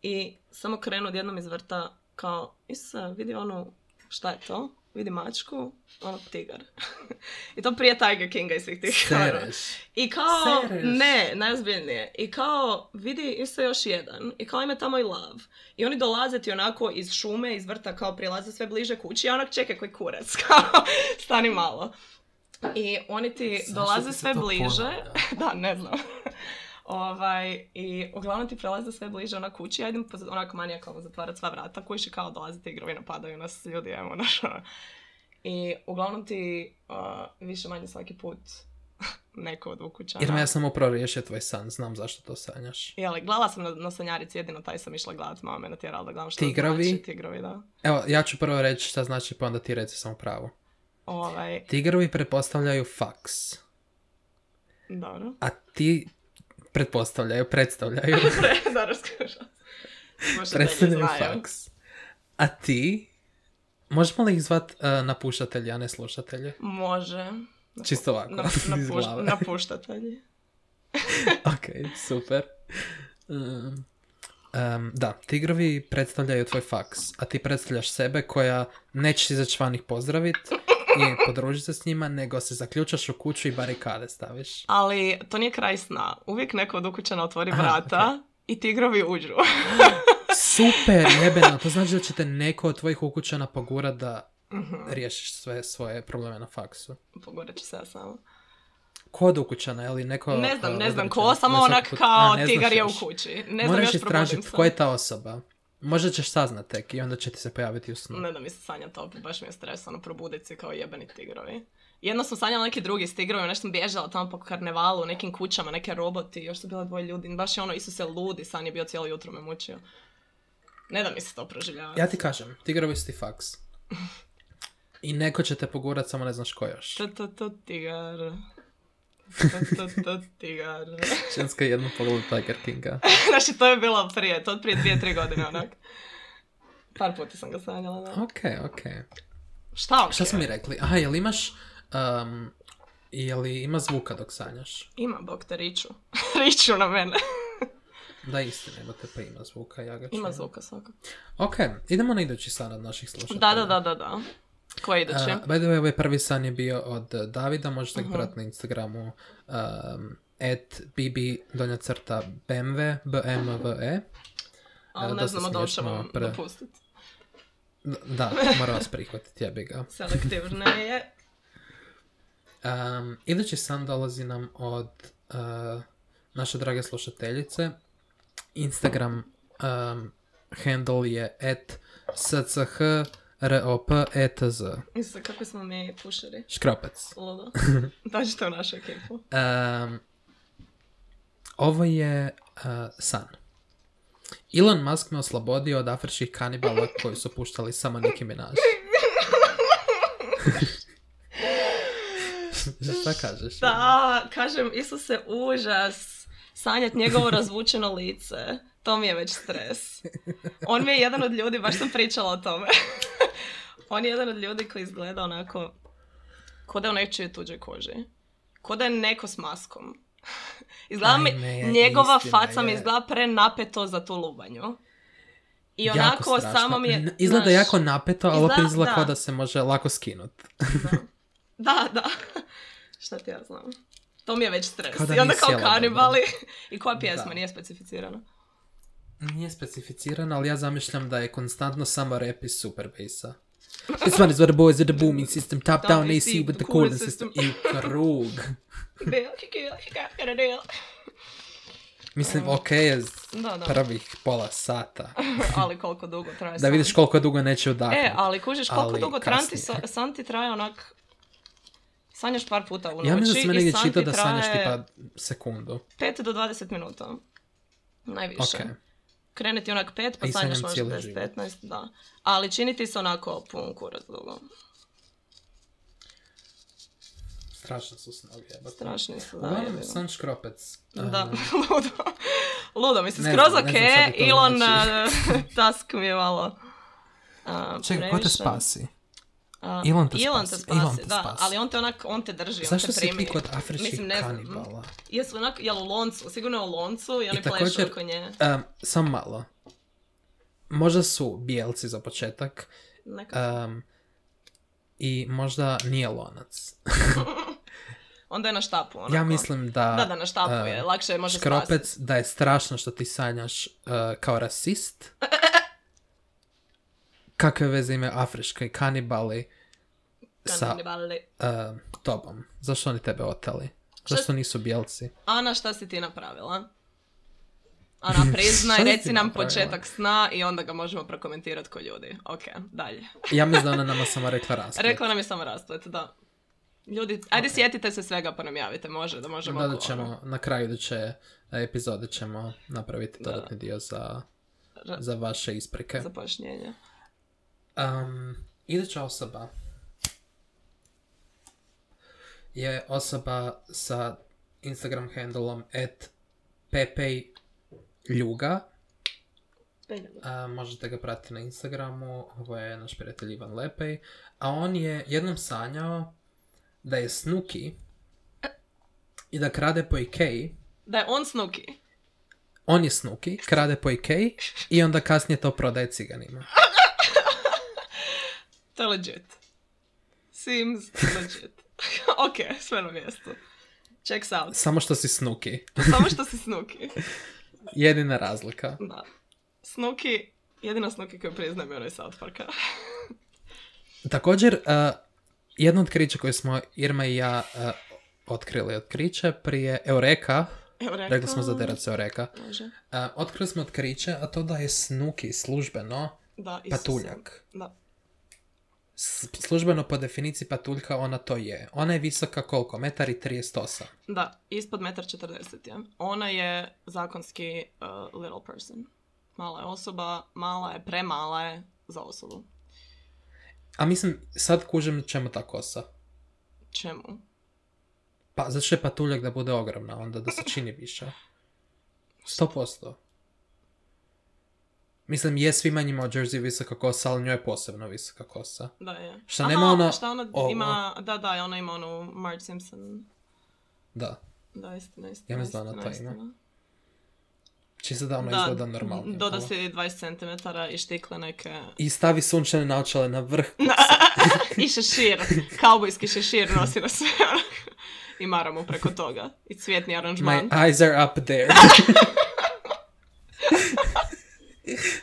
Speaker 2: I samo krenu odjednom iz vrta kao, Isuse, vidi onu, šta je to? Vidi mačku, ono tigar. I to prije Tiger Kinga i svih tih ono, horora.
Speaker 3: Sereš.
Speaker 2: I kao,
Speaker 3: Sereš?
Speaker 2: ne, najozbiljnije. I kao, vidi, isto još jedan. I kao, ima tamo i lav. I oni dolaze ti onako iz šume, iz vrta, kao prilaze sve bliže kući. Ja onak, čekaj, koji kurac, kao, stani malo. I oni ti
Speaker 3: Zašto
Speaker 2: dolaze
Speaker 3: ti se
Speaker 2: sve
Speaker 3: to
Speaker 2: bliže.
Speaker 3: ponavlja?
Speaker 2: da, ne znam. ovaj, I uglavnom ti prelaze sve bliže ona kući. Ja idem po- onako manijakalno zatvarati sva vrata. Kući kao dolaze tigrovi, napadaju nas ljudi, evo, naš, ono. I uglavnom ti a, više manje svaki put neko od ukućana.
Speaker 3: Irma, ja sam upravo riješio tvoj san, znam zašto to sanjaš.
Speaker 2: Je li, gledala sam na, na sanjarici, jedino taj sam išla gledat, mama me natjerala da gledam što
Speaker 3: Tigrovi?
Speaker 2: znači tigrovi, da.
Speaker 3: Evo, ja ću prvo reći šta znači, pa onda ti reci sam u pravu.
Speaker 2: Ovaj,
Speaker 3: Tigrovi pretpostavljaju faks,
Speaker 2: dobro.
Speaker 3: a ti pretpostavljaju, predstavljaju,
Speaker 2: Pre, dobro, skušala. Možda dalje
Speaker 3: predstavljaju
Speaker 2: znaju.
Speaker 3: faks. A ti, možemo li ih zvat uh, napušatelji, a ne slušatelji?
Speaker 2: Može.
Speaker 3: Čisto ovako,
Speaker 2: Na,
Speaker 3: iz
Speaker 2: napuš,
Speaker 3: glave.
Speaker 2: napuštatelji.
Speaker 3: ok, super. Um, um, da, tigrovi predstavljaju tvoj faks, a ti predstavljaš sebe koja nećeš izaći van ih pozdravit i podružiti se s njima, nego se zaključaš u kuću i barikade staviš.
Speaker 2: Ali to nije kraj sna. Uvijek neko od ukućana otvori
Speaker 3: Aha,
Speaker 2: vrata i tigrovi uđu.
Speaker 3: Super, jebeno, to znači da će te neko od tvojih ukućana pogurat da riješiš sve svoje probleme na faksu.
Speaker 2: Pogodat Mhm. ću se ja samo.
Speaker 3: Ko od ukućana, ili neko...
Speaker 2: Ne znam,
Speaker 3: uh,
Speaker 2: ne znam ko,
Speaker 3: određen?
Speaker 2: samo
Speaker 3: Ne znam
Speaker 2: onak
Speaker 3: ko-
Speaker 2: kao
Speaker 3: A, ne znaš
Speaker 2: tigar je u
Speaker 3: još.
Speaker 2: kući. Ne znam
Speaker 3: Moraš
Speaker 2: još probudim
Speaker 3: istražiti
Speaker 2: se.
Speaker 3: tko je ta osoba. Možda ćeš saznat tek i onda će ti se pojaviti u snu.
Speaker 2: Ne da mi se sanja to, baš mi je stresano probuditi se kao jebeni tigrovi. Jedno sam sanjala neki drugi s tigrovima, nešto sam bježala tamo po karnevalu, u nekim kućama, neke roboti, još su bila dvoje ljudi, baš je ono, Isuse, ludi san je bio cijelo jutro me mučio. Ne da mi se to proživljava.
Speaker 3: Ja ti kažem, tigrovi su ti faks. I neko će te pogurat, samo ne znaš ko još.
Speaker 2: To, to, to, tigar. To, to, to, tigar.
Speaker 3: Ženska jedno pogleda Tiger Kinga.
Speaker 2: znači, to je bilo prije, to od prije dvije, tri godine, onak. Par puta sam ga sanjala, da.
Speaker 3: Ok, ok.
Speaker 2: Šta
Speaker 3: Šta
Speaker 2: okej?
Speaker 3: smo mi rekli? Aha, jel imaš... Um, jel ima zvuka dok sanjaš?
Speaker 2: Ima, bog te riču. riču na mene.
Speaker 3: Da, istina, imate pa ima zvuka, ja ga
Speaker 2: Ima
Speaker 3: čujem.
Speaker 2: zvuka svakako.
Speaker 3: Ok, idemo na idući san od naših slušatelja.
Speaker 2: Da, da, da, da, da. Koji
Speaker 3: Uh,
Speaker 2: idući?
Speaker 3: by the way, ovaj prvi san je bio od uh, Davida, možete ga
Speaker 2: Mhm.
Speaker 3: pratiti na Instagramu um, at bb donja crta bmv, bmve.
Speaker 2: Ali ne
Speaker 3: eh, dosta
Speaker 2: znamo da li
Speaker 3: smiješno,
Speaker 2: ćemo
Speaker 3: pre-
Speaker 2: dopustiti.
Speaker 3: Da, moram vas prihvatiti, ja bi ga.
Speaker 2: Selektivno je.
Speaker 3: Um, idući san dolazi nam od uh, naše drage slušateljice. Instagram um, handle je at schrop.etz.
Speaker 2: Mislim, kako smo mi pušeri.
Speaker 3: e Škropac.
Speaker 2: Ludo. Dođite u našu ekipu.
Speaker 3: Um, ovo je uh, san. Elon Musk me oslobodio od afričkih kanibala koji su puštali samo Nicki Minaj. Šta kažeš?
Speaker 2: Da, kažem, Isuse, užas. Sanjat njegovo razvučeno lice. To mi je već stres. On mi je jedan od ljudi, baš sam pričala o tome. On je jedan od ljudi koji izgleda onako Ko da je u nečije tuđe koži. Ko da je neko s maskom. Izgleda mi,
Speaker 3: Ajme, je,
Speaker 2: njegova
Speaker 3: istina
Speaker 2: faca mi
Speaker 3: je.
Speaker 2: izgleda prenapeto za tu lubanju. I
Speaker 3: Jako
Speaker 2: onako
Speaker 3: strašno.
Speaker 2: samo mi
Speaker 3: N-
Speaker 2: je...
Speaker 3: Izgleda
Speaker 2: znaš,
Speaker 3: jako napeto, ali opet
Speaker 2: Izgleda-
Speaker 3: izgleda
Speaker 2: da.
Speaker 3: kao da se može lako skinut.
Speaker 2: Da, da. Šta ti ja znam. To mi je već stres.
Speaker 3: Kao da
Speaker 2: I onda
Speaker 3: nije
Speaker 2: kao
Speaker 3: sjela dobro.
Speaker 2: kanibali. I koja pjesma
Speaker 3: Da.
Speaker 2: nije specificirana.
Speaker 3: Nije specificirano, ali ja zamišljam da je konstantno samo rap iz Super Bassa. This one is where the boys with the booming system, top
Speaker 2: Down
Speaker 3: down AC
Speaker 2: AC
Speaker 3: with the cooling system. I u krug. Mislim, ok je s-
Speaker 2: Mm. Da, da.
Speaker 3: prvih pola sata.
Speaker 2: ali koliko dugo traje
Speaker 3: Da vidiš koliko dugo neće udahnut.
Speaker 2: E, ali kužiš koliko
Speaker 3: Ali
Speaker 2: dugo tranti,
Speaker 3: kasnije.
Speaker 2: sa- santi traje onak... Sanjaš par puta u noći
Speaker 3: Ja mislim da sam
Speaker 2: ono, i
Speaker 3: negdje
Speaker 2: santi
Speaker 3: čitao da sanjaš
Speaker 2: traje
Speaker 3: tipa sekundu.
Speaker 2: 5 do 20 minuta. Najviše.
Speaker 3: Ok.
Speaker 2: Krene ti onak 5,
Speaker 3: A
Speaker 2: pa
Speaker 3: i
Speaker 2: sanjaš
Speaker 3: sanjam
Speaker 2: možda
Speaker 3: cijeli
Speaker 2: 10,
Speaker 3: život.
Speaker 2: 15, da. Ali čini ti se onako pun kurac dugo.
Speaker 3: Strašno su snovi, jebate.
Speaker 2: Strašni su, da.
Speaker 3: Uglavnom,
Speaker 2: jebi ga.
Speaker 3: san škropec.
Speaker 2: Da,
Speaker 3: Um,
Speaker 2: ludo. Ludo, mislim,
Speaker 3: Ne
Speaker 2: skroz
Speaker 3: znam, ne
Speaker 2: ok,
Speaker 3: znam šta bi to
Speaker 2: Elon
Speaker 3: znači.
Speaker 2: uh, Tusk mi je malo... uh,
Speaker 3: Čekaj, ko te
Speaker 2: previše.
Speaker 3: spasi?
Speaker 2: A,
Speaker 3: Elon te
Speaker 2: Elon te
Speaker 3: spasi,
Speaker 2: spasi,
Speaker 3: Elon te
Speaker 2: da,
Speaker 3: spasi.
Speaker 2: ali on te onak, on te drži,
Speaker 3: Zašto
Speaker 2: on te
Speaker 3: si
Speaker 2: primi.
Speaker 3: ti kod afričkih
Speaker 2: Mislim, ne znam.
Speaker 3: kanibala?
Speaker 2: Jesu onak, jel u loncu, sigurno je u loncu i oni plešu
Speaker 3: također-
Speaker 2: oko nje.
Speaker 3: Um, samo malo. Možda su bijelci za početak.
Speaker 2: Neka-
Speaker 3: um, I možda nije lonac.
Speaker 2: Onda je na štapu, onako.
Speaker 3: Ja mislim da...
Speaker 2: Da, da, na štapu
Speaker 3: um,
Speaker 2: je, lakše je može
Speaker 3: Škropec,
Speaker 2: spasiti.
Speaker 3: da je strašno što ti sanjaš uh, kao rasist. Kakve veze imaju afrički kanibali sa
Speaker 2: Kanibali.
Speaker 3: um, tobom? Zašto oni tebe oteli?
Speaker 2: Šta-
Speaker 3: Zašto nisu bijelci?
Speaker 2: Ana, šta si ti napravila? Ana,
Speaker 3: Šta
Speaker 2: priznaj,
Speaker 3: si ti
Speaker 2: reci nam
Speaker 3: napravila?
Speaker 2: početak sna i onda ga možemo prokomentirati ko ljudi. Ok, dalje.
Speaker 3: Ja mislim da ona nama samo rekla rasplet.
Speaker 2: Rekla nam je samo rasplet, da. Ljudi, ajde sjetite se svega pa nam javite, može, da možemo...
Speaker 3: Da, da
Speaker 2: oko-
Speaker 3: ćemo, na kraju iduće e, epizode ćemo napraviti
Speaker 2: Da.
Speaker 3: dodatni dio za,
Speaker 2: Ra-
Speaker 3: za vaše isprike.
Speaker 2: Za pojašnjenje.
Speaker 3: Um, iduća osoba je osoba sa Instagram handleom at pepej ljuga. A, možete ga pratiti na Instagramu, ovo je naš prijatelj Ivan Lepej. A on je jednom sanjao da je Snuki i da krade po Ikeji.
Speaker 2: Da je on Snuki.
Speaker 3: On je Snuki, krade po Ikeji i onda kasnije to prodaje ciganima.
Speaker 2: To je legit. Seems legit. ok, sve na mjestu. Checks out.
Speaker 3: Samo što si Snuki.
Speaker 2: Samo što si Snuki.
Speaker 3: Jedina razlika.
Speaker 2: Da. Snuki, jedina Snuki koju priznajem je onaj South Parka.
Speaker 3: Također, uh, jedno otkriće koje smo Irma i ja uh, otkrili otkriće prije Eureka,
Speaker 2: Evo rekao.
Speaker 3: rekli smo za derac Eureka,
Speaker 2: Može.
Speaker 3: uh, otkrili smo otkriće, a to da je Snuki službeno
Speaker 2: Da, Isuse.
Speaker 3: patuljak.
Speaker 2: Da.
Speaker 3: S- službeno po definiciji patuljka ona to je. Ona je visoka koliko? Metar i 38.
Speaker 2: Da, ispod 1,40 je. Ona je zakonski uh, little person. Mala je osoba, mala je, premala je za osobu.
Speaker 3: A mislim, sad kužem čemu ta kosa.
Speaker 2: Čemu?
Speaker 3: Pa, zato što je patuljak da bude ogromna, onda da se čini više. 100%. Mislim, je svima njima u Jersey visoka kosa, ali njoj je posebno visoka kosa.
Speaker 2: Da je.
Speaker 3: Šta nema ono- ona
Speaker 2: Šta ona
Speaker 3: ovo?
Speaker 2: ima, da, da, ona ima onu Marge Simpson.
Speaker 3: Da.
Speaker 2: Da, istina, istina.
Speaker 3: Ja ne znam da
Speaker 2: istina,
Speaker 3: to ima.
Speaker 2: istina.
Speaker 3: Čisto da ona izgleda normalno.
Speaker 2: Doda se 20 cm i štikle neke...
Speaker 3: I stavi sunčane naočale na vrh.
Speaker 2: I šešir, kaubojski šešir nosi na sve. ono. I maramu preko toga. I cvjetni aranžman.
Speaker 3: My eyes are up there.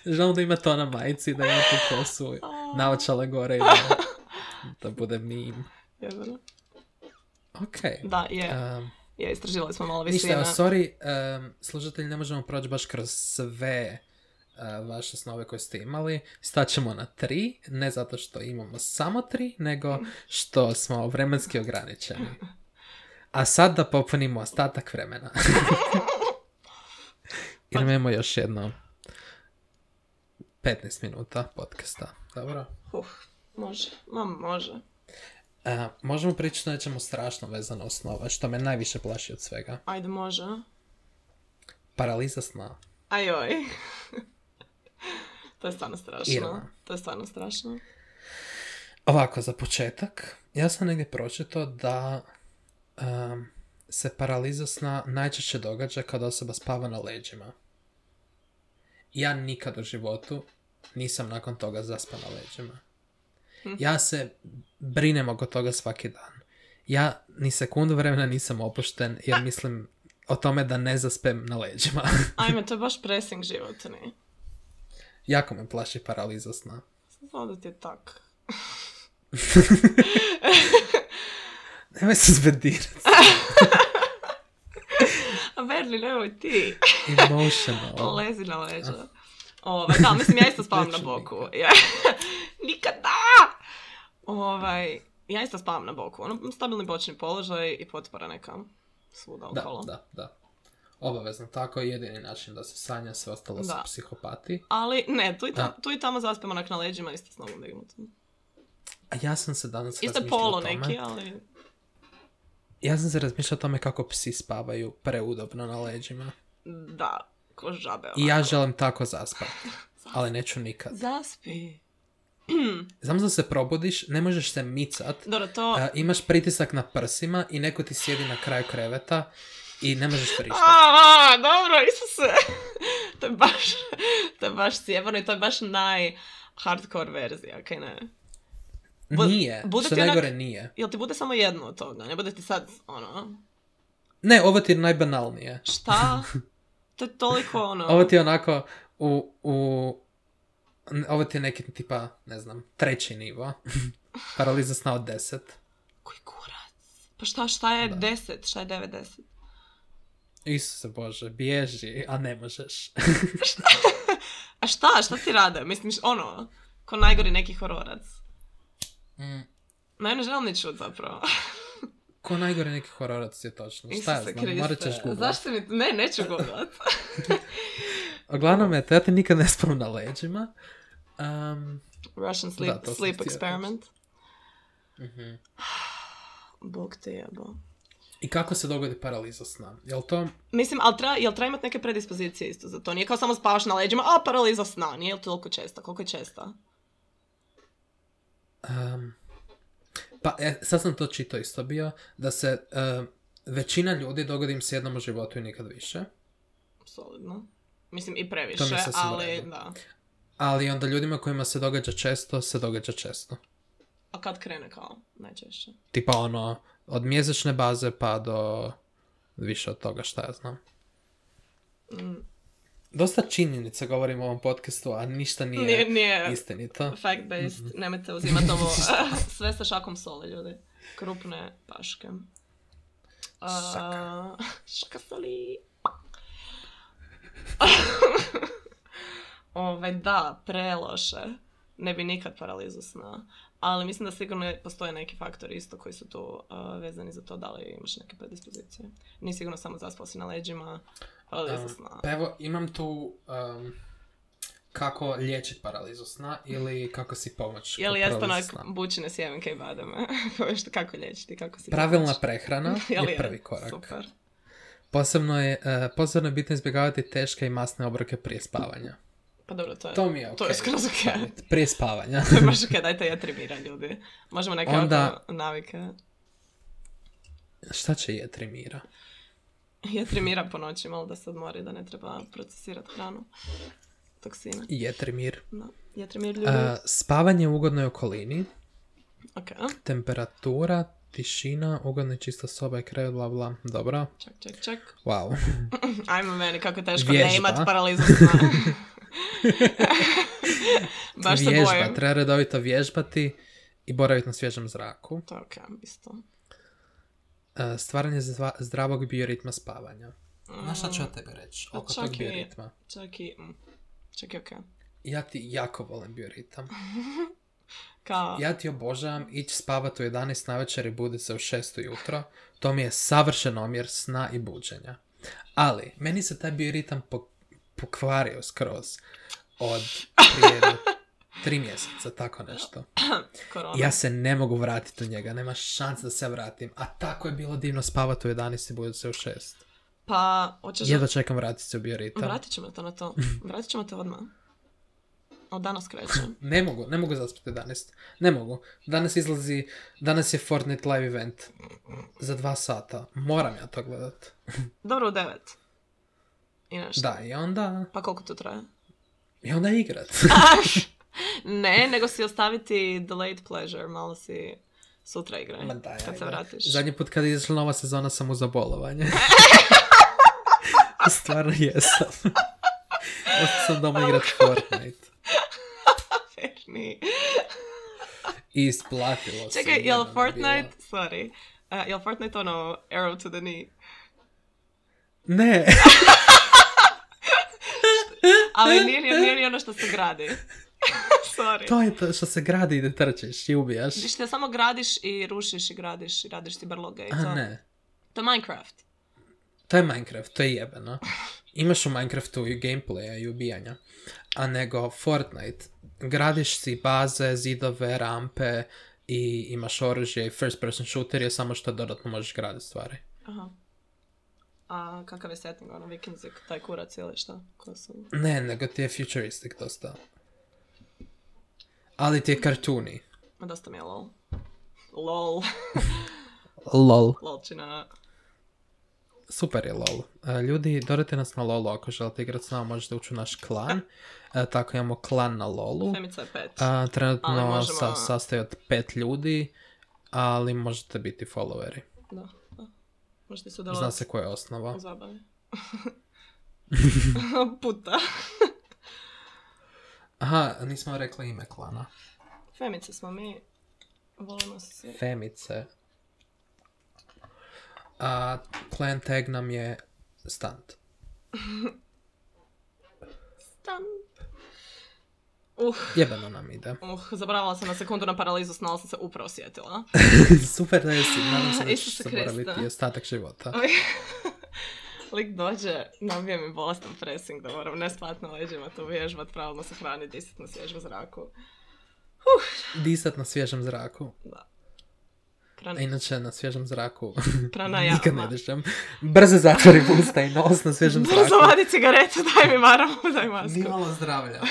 Speaker 3: Žao da ima to na e majici, da ima tu kosu, naočale gore i da, da bude meme.
Speaker 2: Jebeno.
Speaker 3: Ok.
Speaker 2: Da, je.
Speaker 3: Um,
Speaker 2: Je, istraživali smo malo
Speaker 3: ništa, evo,
Speaker 2: visina.
Speaker 3: sorry, um, služatelji, ne možemo proći baš kroz sve uh, vaše snove koje ste imali. Staćemo na tri, ne zato što imamo samo tri, nego što smo vremenski ograničeni. A sad da popunimo ostatak vremena. Jer imamo još jedno 15 minuta podcasta. Dobro.
Speaker 2: Uh, može, ma može.
Speaker 3: E, možemo pričati o nečemu strašno vezano uz snova, što me najviše plaši od svega.
Speaker 2: Ajde, može.
Speaker 3: Paraliza sna.
Speaker 2: Ajoj. to je stvarno strašno.
Speaker 3: Irma.
Speaker 2: To je stvarno strašno.
Speaker 3: Ovako, za početak, ja sam negdje pročitao da em, se paraliza sna najčešće događa kada osoba spava na leđima. Ja nikad u životu nisam nakon toga zaspao na leđima.
Speaker 2: Hm.
Speaker 3: Ja se brinem oko toga svaki dan. Ja ni sekundu vremena nisam opušten jer mislim o tome da ne zaspem na leđima.
Speaker 2: Ajme, to je baš pressing život, ne?
Speaker 3: jako me plaši paraliza sna.
Speaker 2: Znam da ti je tak.
Speaker 3: Nemoj se zbedirat.
Speaker 2: A Berli, nemoj ti.
Speaker 3: Emotional.
Speaker 2: Lezi na leđa. Ovaj, da, mislim, ja isto spavam na
Speaker 3: Neću
Speaker 2: boku. Ja- Nikada! Ovaj, ja isto spavam na boku. Ono, stabilni bočni položaj i potpora neka. Svuda
Speaker 3: Da,
Speaker 2: okolo.
Speaker 3: da, da. Obavezno, tako je jedini način da se sanja, sve ostalo su
Speaker 2: Da.
Speaker 3: psihopati.
Speaker 2: Ali ne, tu i, tam,
Speaker 3: Da.
Speaker 2: tu i tamo zaspem onak na leđima isto s nogom dignutom.
Speaker 3: A ja sam se danas
Speaker 2: Isto
Speaker 3: razmišljao o
Speaker 2: polo
Speaker 3: tome.
Speaker 2: neki, ali...
Speaker 3: Ja sam se razmišljao o tome kako psi spavaju preudobno na leđima.
Speaker 2: Da, ko žabe.
Speaker 3: I ja
Speaker 2: onako.
Speaker 3: želim tako zaspati, ali neću nikad.
Speaker 2: Zaspi.
Speaker 3: Znam da se probudiš, ne možeš se micat,
Speaker 2: Dobro, to...
Speaker 3: a, imaš pritisak na prsima i neko ti sjedi na kraju kreveta i ne možeš prištati.
Speaker 2: A, dobro, Isuse. to je baš, to je baš sjebano i to je baš naj hardcore verzija, kaj ne? bu-
Speaker 3: Nije,
Speaker 2: bude
Speaker 3: što
Speaker 2: ti onak-
Speaker 3: najgore nije.
Speaker 2: Jel ti bude samo jedno od toga? Ne bude ti sad, ono,
Speaker 3: Ne, ovo ti je najbanalnije.
Speaker 2: šta? To je toliko, ono...
Speaker 3: Ovo ti je onako u, u... n- Ovo ti je neki tipa, ne znam, treći nivo. Paraliza sna od 10.
Speaker 2: Koji kurac? Pa šta, šta je
Speaker 3: Da.
Speaker 2: 10? Šta je 90?
Speaker 3: Isuse Bože, bježi, a ne možeš.
Speaker 2: A šta? Šta ti rade? Mislim, š- ono, ko najgori neki hororac.
Speaker 3: Mm,
Speaker 2: Ma ja ne želim ni čut zapravo.
Speaker 3: Ko najgore neki hororac je točno. Šta ja
Speaker 2: Isuse
Speaker 3: znam,
Speaker 2: Kriste.
Speaker 3: morat ćeš googlat.
Speaker 2: Zašto mi... Ne, neću googlat.
Speaker 3: Uglavnom, eto, ja ti nikad ne spavam na leđima. Um,
Speaker 2: Russian sleep,
Speaker 3: to sam
Speaker 2: sleep
Speaker 3: htio reći.
Speaker 2: experiment.
Speaker 3: mhm.
Speaker 2: Bog te jebao.
Speaker 3: I kako se dogodi paraliza sna? Jel to...
Speaker 2: Mislim, ali treba, jel treba imat neke predispozicije isto za to? Nije kao samo spavaš na leđima, a paraliza sna, nije li toliko česta? Koliko je česta?
Speaker 3: um, pa, e, sad sam to čitao isto bio, da se um, većina ljudi dogodi im se jednom u životu i nikad više.
Speaker 2: Solidno. Mislim, i
Speaker 3: To mi
Speaker 2: previše,
Speaker 3: je sasvim u
Speaker 2: ali
Speaker 3: redu.
Speaker 2: da.
Speaker 3: Ali onda ljudima kojima se događa često, se događa često.
Speaker 2: A kad krene kao, najčešće?
Speaker 3: Tipa ono, od mjesečne baze pa do više od toga šta ja znam.
Speaker 2: Mm,
Speaker 3: Dosta činjenica govorim u ovom podcastu, a ništa nije,
Speaker 2: Nije, nije
Speaker 3: istinito.
Speaker 2: fact based,
Speaker 3: Mhm.
Speaker 2: nemojte uzimati ovo sve sa šakom soli, ljudi. Krupne paške. A,
Speaker 3: Šaka.
Speaker 2: šaka soli. Ove, Ovaj, da, preloše. Ne bi nikad paralizu sna. Ali mislim da sigurno postoje neki faktori isto koji su tu a, vezani za to da li imaš neke predispozicije. Nije sigurno samo zaspao si na leđima, paralizu
Speaker 3: Um,
Speaker 2: sna.
Speaker 3: pa evo, imam tu um, kako liječiti paralizu sna ili kako si pomoć
Speaker 2: Je li
Speaker 3: kod
Speaker 2: jeste
Speaker 3: paralize
Speaker 2: onak
Speaker 3: sna.
Speaker 2: bučine sjemenke i bademe? Kao što- kako liječiti, kako si...
Speaker 3: Pravilna prehrana
Speaker 2: Jel
Speaker 3: je prvi korak.
Speaker 2: Ja, Super.
Speaker 3: Posebno je, e, posebno je bitno izbjegavati teške i masne obroke prije spavanja.
Speaker 2: Pa dobro, to je, to,
Speaker 3: To mi je
Speaker 2: je
Speaker 3: okej.
Speaker 2: skroz ok.
Speaker 3: Prije spavanja.
Speaker 2: to je baš ok, dajte ja trimira ljudi. Možemo neke
Speaker 3: Onda-
Speaker 2: oko navike.
Speaker 3: Šta će je trimira?
Speaker 2: Ja trimira po noći, malo da se odmori, da ne treba procesirati hranu. Toksine.
Speaker 3: Jetri mir.
Speaker 2: Da. Ja trimir ljudi.
Speaker 3: E, spavanje u ugodnoj okolini,
Speaker 2: Ok,
Speaker 3: temperatura, tišina, ugodna i čista soba i krevet, bla bla. Dobro,
Speaker 2: ček, ček, ček.
Speaker 3: wow.
Speaker 2: Ajmo meni, kako je teško ne
Speaker 3: Vježba.
Speaker 2: imat paralizu sna. baš se
Speaker 3: Vježba,
Speaker 2: bojim.
Speaker 3: treba redovito vježbati i boraviti na svježem zraku.
Speaker 2: To je ok, isto.
Speaker 3: E, stvaranje zva- zdravog bioritma spavanja. Na šta ću
Speaker 2: Mm,
Speaker 3: ja tebi reći
Speaker 2: Pa
Speaker 3: oko
Speaker 2: čak
Speaker 3: tog
Speaker 2: i-
Speaker 3: bioritma?
Speaker 2: Čak i... mm, Čak i ok.
Speaker 3: Ja ti jako volim bioritam.
Speaker 2: Kao...
Speaker 3: Ja ti obožavam ići spavat u 11 na večer i budit se u 6 ujutro. To mi je savršen omjer sna i buđenja. Ali, meni se taj bioritam po- pokvario skroz od prije jedno tri mjeseca, tako nešto.
Speaker 2: Korona.
Speaker 3: Ja se ne mogu vratiti u njega, nema šanse da se vratim. A tako je bilo divno spavat u 11 i budit se u 6.
Speaker 2: Pa, hoćeš da... Ono,
Speaker 3: Jedva čekam vratiti se u bioritam.
Speaker 2: Vratit ćemo to na to. Vratit ćemo te odmah. od danas krećem.
Speaker 3: Ne mogu, ne mogu zaspati 11. Ne mogu. Danas izlazi, danas je Fortnite live event. Za dva sata. Moram ja to gledat.
Speaker 2: Dobro, u devet. I nešto.
Speaker 3: Da, i onda...
Speaker 2: Pa koliko to traje?
Speaker 3: I onda igrat.
Speaker 2: ne, nego si ostaviti delayed pleasure, malo si sutra igraj,
Speaker 3: Ma daj,
Speaker 2: kad se
Speaker 3: ajde.
Speaker 2: vratiš.
Speaker 3: Zadnji put kad je izašla nova sezona sam u zabolovanje. Stvarno jesam. Ostao sam doma igrat Fortnite.
Speaker 2: Ferni.
Speaker 3: I isplatilo se.
Speaker 2: Čekaj, jel
Speaker 3: jebeno
Speaker 2: Fortnite,
Speaker 3: bilo.
Speaker 2: sorry, uh, jel Fortnite ono arrow to the knee?
Speaker 3: Ne.
Speaker 2: Ali nije, nije, nije ni ono što se gradi. sorry.
Speaker 3: To je to što se gradi i da trčeš i ubijaš.
Speaker 2: Ti što samo gradiš i rušiš i gradiš i radiš ti brloge i to.
Speaker 3: A ne.
Speaker 2: To je Minecraft.
Speaker 3: To je Minecraft, to je jebeno. Imaš u Minecraftu i gameplaya i ubijanja. A nego Fortnite, gradiš si baze, zidove, rampe i imaš oružje i first person shooter je samo što dodatno možeš graditi stvari.
Speaker 2: Aha. A kakav je setting, ono, vikinzi, taj kurac ili šta? Ko su...
Speaker 3: Ne, nego ti je futuristic dosta. Ali ti je kartuni.
Speaker 2: Ma dosta mi je lol. Lol.
Speaker 3: LOL.
Speaker 2: Lolčina.
Speaker 3: Super je LOL. E, Ljudi, dodajte nas na LOL-u ako želite igrati s nama, možete ući u naš klan. E, Tako imamo klan na LOL-u.
Speaker 2: Femica je pet.
Speaker 3: A,
Speaker 2: Ali
Speaker 3: trenutno
Speaker 2: možemo-
Speaker 3: sa, sastoji od pet ljudi, ali možete biti followeri.
Speaker 2: Da. da. Možete se
Speaker 3: Zna se koja je osnova.
Speaker 2: u zabavi. Puta.
Speaker 3: Aha, nismo rekli ime klana.
Speaker 2: Femice smo mi. Volimo se svi.
Speaker 3: Femice. A clan tag nam je stunt.
Speaker 2: Stan. Uh,
Speaker 3: Jebeno nam ide.
Speaker 2: uh, zaboravila sam na sekundu na paralizu sna, ali sam se upravo sjetila.
Speaker 3: Super da jesi, nadam se da ćeš
Speaker 2: Isuse
Speaker 3: zaboraviti
Speaker 2: Kriste.
Speaker 3: ostatak života.
Speaker 2: Oj. Lik dođe, nabije mi bolestan pressing da moram ne spat na leđima, to vježbat, pravilno se hrani, disit na svježem zraku.
Speaker 3: Disat na svježem zraku.
Speaker 2: Da.
Speaker 3: A
Speaker 2: Pran-
Speaker 3: inače, na svježem zraku nikad ne
Speaker 2: pranajama.
Speaker 3: dišem. Brzo zatvori usta i nos na svježem
Speaker 2: Brzo
Speaker 3: zraku.
Speaker 2: vadi cigaretu, daj mi maramu, daj masku.
Speaker 3: Nimalo zdravlja.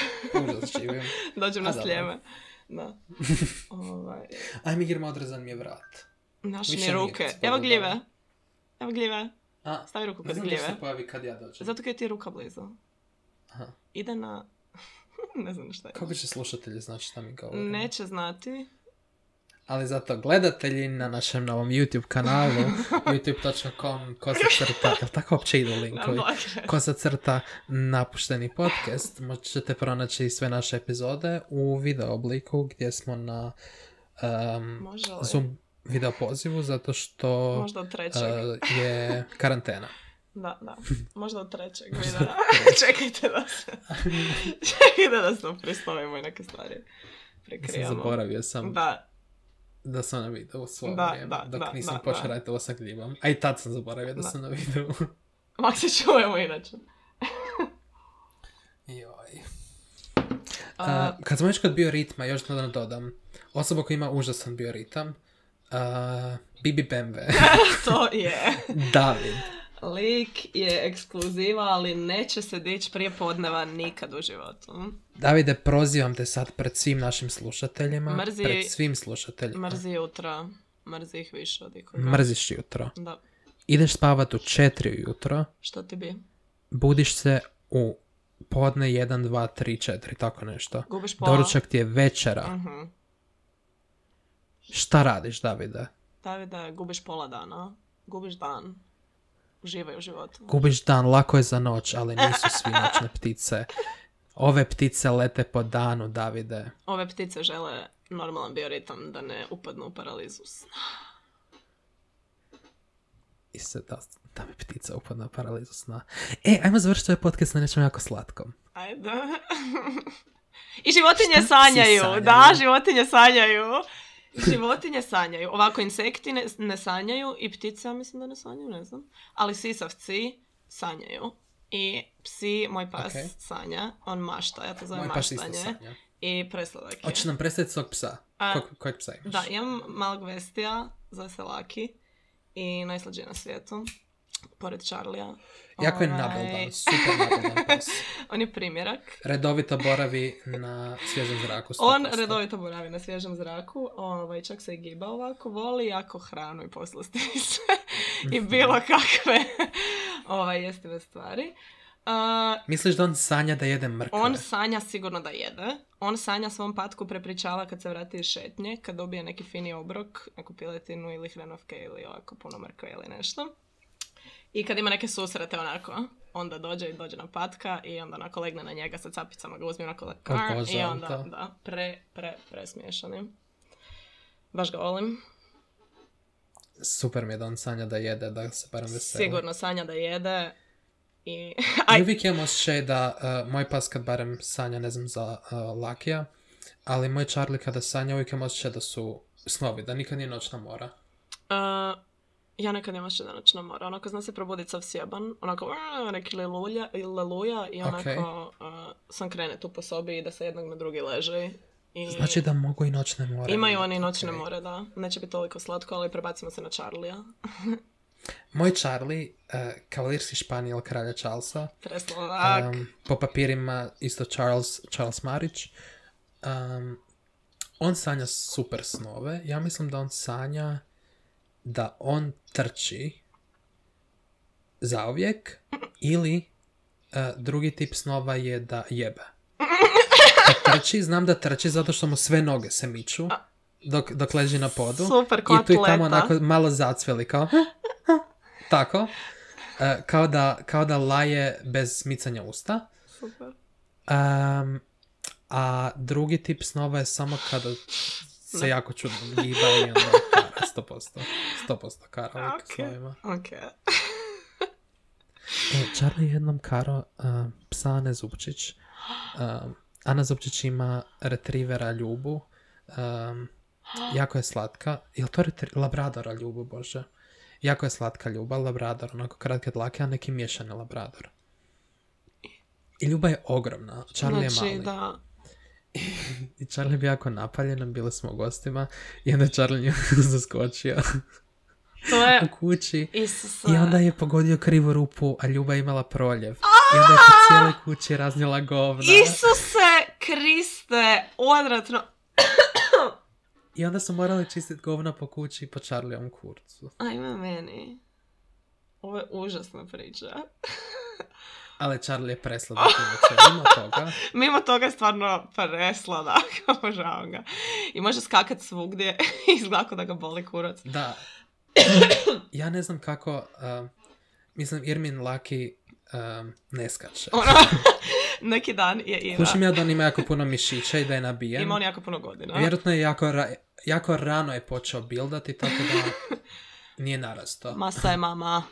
Speaker 3: Užas živim.
Speaker 2: Dođem na
Speaker 3: A, dobro.
Speaker 2: sljeme. Da. ovaj.
Speaker 3: Ajme, Girma, odrezan mi je vrat.
Speaker 2: Naši
Speaker 3: Više
Speaker 2: mi
Speaker 3: nije
Speaker 2: ruke.
Speaker 3: gospodo,
Speaker 2: Evo
Speaker 3: da.
Speaker 2: gljive. Evo gljive.
Speaker 3: A,
Speaker 2: Stavi ruku
Speaker 3: ne
Speaker 2: kod
Speaker 3: znam da se
Speaker 2: gljive.
Speaker 3: pojavi kad ja dođem.
Speaker 2: Zato kad ti je ruka blizu.
Speaker 3: Aha.
Speaker 2: Ide na... ne znam šta je.
Speaker 3: Kako će slušatelji znati šta mi govorim?
Speaker 2: Neće znati.
Speaker 3: Ali zato gledatelji na našem novom YouTube kanalu youtube.com kosa crta, jel tako uopće idu
Speaker 2: Na
Speaker 3: linkovi?
Speaker 2: blagre.
Speaker 3: Kosa crta napušteni podcast. Možete pronaći sve naše epizode u video obliku gdje smo na em,
Speaker 2: Može li?
Speaker 3: Zoom video pozivu zato što
Speaker 2: Možda od trećeg.
Speaker 3: eh, je karantena.
Speaker 2: Da, da. Možda od trećeg videa. Čekajte da se... Čekajte da se pristojimo i neke stvari.
Speaker 3: Mislim,
Speaker 2: Prikrijemo.
Speaker 3: zaboravio sam
Speaker 2: Da,
Speaker 3: da sam na videu u svoje
Speaker 2: Da,
Speaker 3: vrijeme,
Speaker 2: da,
Speaker 3: dok
Speaker 2: da,
Speaker 3: nisam
Speaker 2: da,
Speaker 3: počeo
Speaker 2: da.
Speaker 3: raditi ovo sa gljibom. A i tad sam zaboravio da,
Speaker 2: Da.
Speaker 3: sam na videu.
Speaker 2: mak se čujemo inače.
Speaker 3: Joj.
Speaker 2: A,
Speaker 3: Uh, kad smo već kod bioritma, još da dodam. Osoba koja ima užasan bioritam, uh, Bibi Bembe,
Speaker 2: to je.
Speaker 3: David.
Speaker 2: Lik je ekskluziva, ali neće se dići prije podneva nikad u životu.
Speaker 3: Davide, prozivam te sad pred svim našim slušateljima,
Speaker 2: Mrzi-
Speaker 3: pred svim slušateljima.
Speaker 2: Mrzi jutra. Mrzi ih više od ikoga.
Speaker 3: Mrziš jutro.
Speaker 2: Da.
Speaker 3: Ideš spavat u 4 ujutro,
Speaker 2: Što ti bi?
Speaker 3: budiš se u podne 1, 2, 3, 4, tako nešto.
Speaker 2: Gubiš pola?
Speaker 3: Doručak ti je večera.
Speaker 2: Mhm.
Speaker 3: Šta radiš, Davide?
Speaker 2: Davide, gubiš pola dana. Gubiš dan. Uživaj u životu.
Speaker 3: Gubiš dan, lako je za noć, ali nisu svi noćne ptice. Ove ptice lete po danu, Davide.
Speaker 2: Ove ptice žele normalan bioritam da ne upadnu u paralizu sna.
Speaker 3: I se da, da mi ptica upadne u paralizu sna. E, ajmo završiti ovaj podcast na nečem jako slatkom.
Speaker 2: Ajde. I životinje sanjaju.
Speaker 3: sanjaju?
Speaker 2: Da, životinje sanjaju. Životinje sanjaju. Ovako, insekti ne, ne sanjaju i ptice, ja mislim da ne sanjaju, ne znam. Ali sisavci sanjaju. I psi, moj pas,
Speaker 3: Ok.
Speaker 2: sanja. On mašta, ja to zovem
Speaker 3: Moj paš isto
Speaker 2: maštanje.
Speaker 3: sanja.
Speaker 2: I presladak je.
Speaker 3: Hoćeš nam predstaviti svog psa?
Speaker 2: A-
Speaker 3: Kog, kojeg psa imaš?
Speaker 2: Da, imam malog vestija, zove se Laki i najslađi je na svijetu. pored Charlija.
Speaker 3: Jako je
Speaker 2: Ovaj,
Speaker 3: nabildan, super nabildan pas.
Speaker 2: On je primjerak.
Speaker 3: Redovito boravi na svježem zraku. 100%.
Speaker 2: On redovito boravi na svježem zraku, ovaj, čak se i giba ovako, voli jako hranu i poslusti se i bilo kakve ovaj, jestive stvari. A,
Speaker 3: Misliš da on sanja da jede mrkve?
Speaker 2: on sanja sigurno da jede. On sanja svom patku prepričava kad se vrati iz šetnje, kad dobije neki fini obrok, neku piletinu ili hrenovke ili ovako puno mrkve ili nešto. I kad ima neke susrete onako, onda dođe i dođe na patka i onda onako legne na njega sa capicama, ga uzme onako like, "Arr", i
Speaker 3: Obožavam
Speaker 2: onda
Speaker 3: to.
Speaker 2: da, pre, pre, pre smiješani. Baš ga volim.
Speaker 3: Super mi je da on sanja da jede, da se barem veseli.
Speaker 2: Sigurno sanja da jede i...
Speaker 3: I
Speaker 2: Aj,
Speaker 3: uvijek imam osjećaj da uh, moj pas kad barem sanja, ne znam, za uh, Lakija, ali moj Charlie kada sanja uvijek imam osjećaj da su snovi, da nikad nije noćna mora.
Speaker 2: Uh, ja nekad imam što da noćna mora. Onako zna se probudit sav sjeban. Onako "Ua", neki lelulja, i leluja i onako uh, sam krene tu po sobi i da se jednog na drugi leže. I
Speaker 3: Znači da mogu i noćne more.
Speaker 2: imaju
Speaker 3: imati,
Speaker 2: oni noćne
Speaker 3: ok.
Speaker 2: more, da. Neće biti toliko slatko, ali prebacimo se na Charlija.
Speaker 3: Moj Charlie, uh, kavalirski španijel kralja Charlesa,
Speaker 2: Treslovak.
Speaker 3: um, po papirima isto Charles, Charles Marić, um, on sanja super snove. Ja mislim da on sanja da on trči zauvijek ili uh, drugi tip snova je da jebe. Kad trči, znam da trči zato što mu sve noge se miču dok, dok leži na podu.
Speaker 2: Super
Speaker 3: I tu i
Speaker 2: kotleta.
Speaker 3: tamo onako malo zacveli, kao... Tako. E, kao, da, kao da laje bez micanja usta.
Speaker 2: Super.
Speaker 3: Ehm, a drugi tip snova je samo kada se jako čudno giba i onda kara, 100%. 100% kara uvijek
Speaker 2: Ok.
Speaker 3: snovima.
Speaker 2: Ok.
Speaker 3: E, Charlie je jednom karo e, psa Ane Zupčić. Um, Ana Zupčić ima retrivera Ljubu. Um, jako je slatka. Je to retri- Labradora Ljubu, bože? Jako je slatka Ljuba, Labrador, onako kratke dlake, a neki miješani Labrador. I Ljuba je ogromna, Charlie je
Speaker 2: Znači
Speaker 3: mali.
Speaker 2: da...
Speaker 3: I Charlie je bio jako napaljen, bili smo u gostima i onda je Charlie nju zaskočio
Speaker 2: To
Speaker 3: u
Speaker 2: je...
Speaker 3: kući.
Speaker 2: Isuse.
Speaker 3: I onda je pogodio krivu rupu, a Ljuba je imala proljev. I onda je po cijeloj kući raznijela govna.
Speaker 2: Isuse Kriste! Odvratno!
Speaker 3: I onda su morali čistiti govna po kući i po Charlijom kurcu.
Speaker 2: Ajme meni. Ovo je užasna priča.
Speaker 3: Ali Charlie je presladak inače, mimo toga.
Speaker 2: Mimo toga je stvarno presladak, obožavam ga. I može skakat svugdje i izgleda kao da ga boli kurac.
Speaker 3: Da. Ja ne znam kako... um, mislim, Irmin Laki um, ne skače.
Speaker 2: Ono, neki dan je Ira,
Speaker 3: Kušim ja da on ima jako puno mišića i da je nabijen.
Speaker 2: ima on jako puno godina.
Speaker 3: Vjerojatno je jako, ra- jako rano je počeo bildati, tako da nije narastao.
Speaker 2: Masa je mama.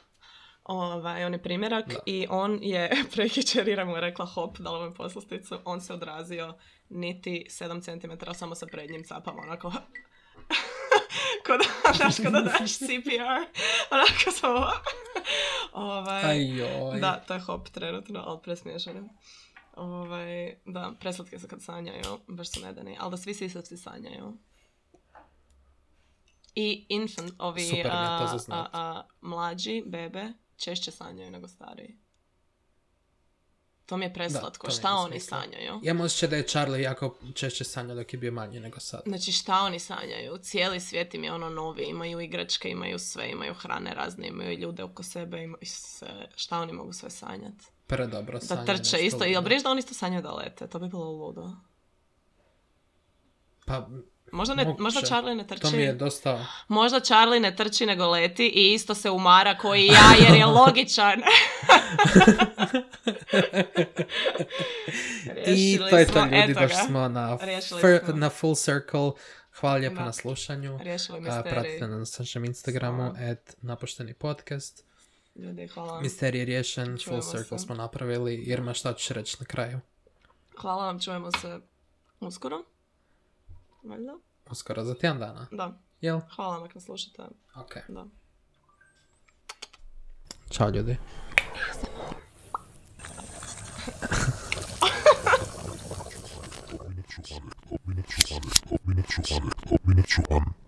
Speaker 2: Ovaj, on je primjerak
Speaker 3: Da.
Speaker 2: i on je prekičer, Ira mu je rekla hop, dala mu je poslasticu, on se odrazio niti 7 cm samo sa prednjim capama, onako kod, znaš, kada daš CPR, onako samo ovaj,
Speaker 3: Ajoj.
Speaker 2: Da, to je hop trenutno, ali presmiješano. Ovaj, da, preslatke su kad sanjaju, baš su medeni, ali da svi sisavci sanjaju. I infant, ovi
Speaker 3: Super mi je to
Speaker 2: a,
Speaker 3: za znat.
Speaker 2: a, a, mlađi, bebe, češće sanjaju nego stariji. To mi je preslatko,
Speaker 3: to
Speaker 2: šta
Speaker 3: nema
Speaker 2: oni
Speaker 3: smisla.
Speaker 2: sanjaju?
Speaker 3: Ja moram osjećaj da je Charlie jako češće sanjao dok je bio manji nego sad.
Speaker 2: Znači šta oni sanjaju? Cijeli svijet im je ono novi, imaju igračke, imaju sve, imaju hrane razne, imaju ljude oko sebe, imaju Isuse, šta oni mogu sve sanjati?
Speaker 3: Predobro
Speaker 2: Da
Speaker 3: sanjao.
Speaker 2: trče
Speaker 3: nešto
Speaker 2: isto. Jel
Speaker 3: ludo.
Speaker 2: briješ da oni isto sanjaju da lete? To bi bilo ludo.
Speaker 3: Pa,
Speaker 2: Možda, ne,
Speaker 3: Moguće.
Speaker 2: možda Charlie ne trči.
Speaker 3: to mi je dosta...
Speaker 2: Možda Charlie ne trči nego leti i isto se umara koji i ja jer je logičan.
Speaker 3: I
Speaker 2: Riješili
Speaker 3: to je to
Speaker 2: smo,
Speaker 3: ljudi,
Speaker 2: eto
Speaker 3: došli
Speaker 2: ga.
Speaker 3: smo na,
Speaker 2: Riješili
Speaker 3: fir-
Speaker 2: smo.
Speaker 3: na full circle. Hvala lijepo
Speaker 2: Da.
Speaker 3: na slušanju.
Speaker 2: Riješili
Speaker 3: A,
Speaker 2: misterij.
Speaker 3: pratite nas na našem Instagramu,
Speaker 2: Hvala.
Speaker 3: at napušteni podcast.
Speaker 2: Ljudi, hvala vam.
Speaker 3: Misterij je riješen, full
Speaker 2: Čujemo se.
Speaker 3: circle smo napravili. Irma, šta ćeš reći na kraju?
Speaker 2: Hvala vam, čujemo se uskoro. Valjda?
Speaker 3: Uskoro, za tjedan dana,
Speaker 2: Da,
Speaker 3: jel?
Speaker 2: hvala vam ako nas slušate.
Speaker 3: Ok.
Speaker 2: Da.
Speaker 3: Ćao ljudi.
Speaker 1: Combination, combination, combination, combination.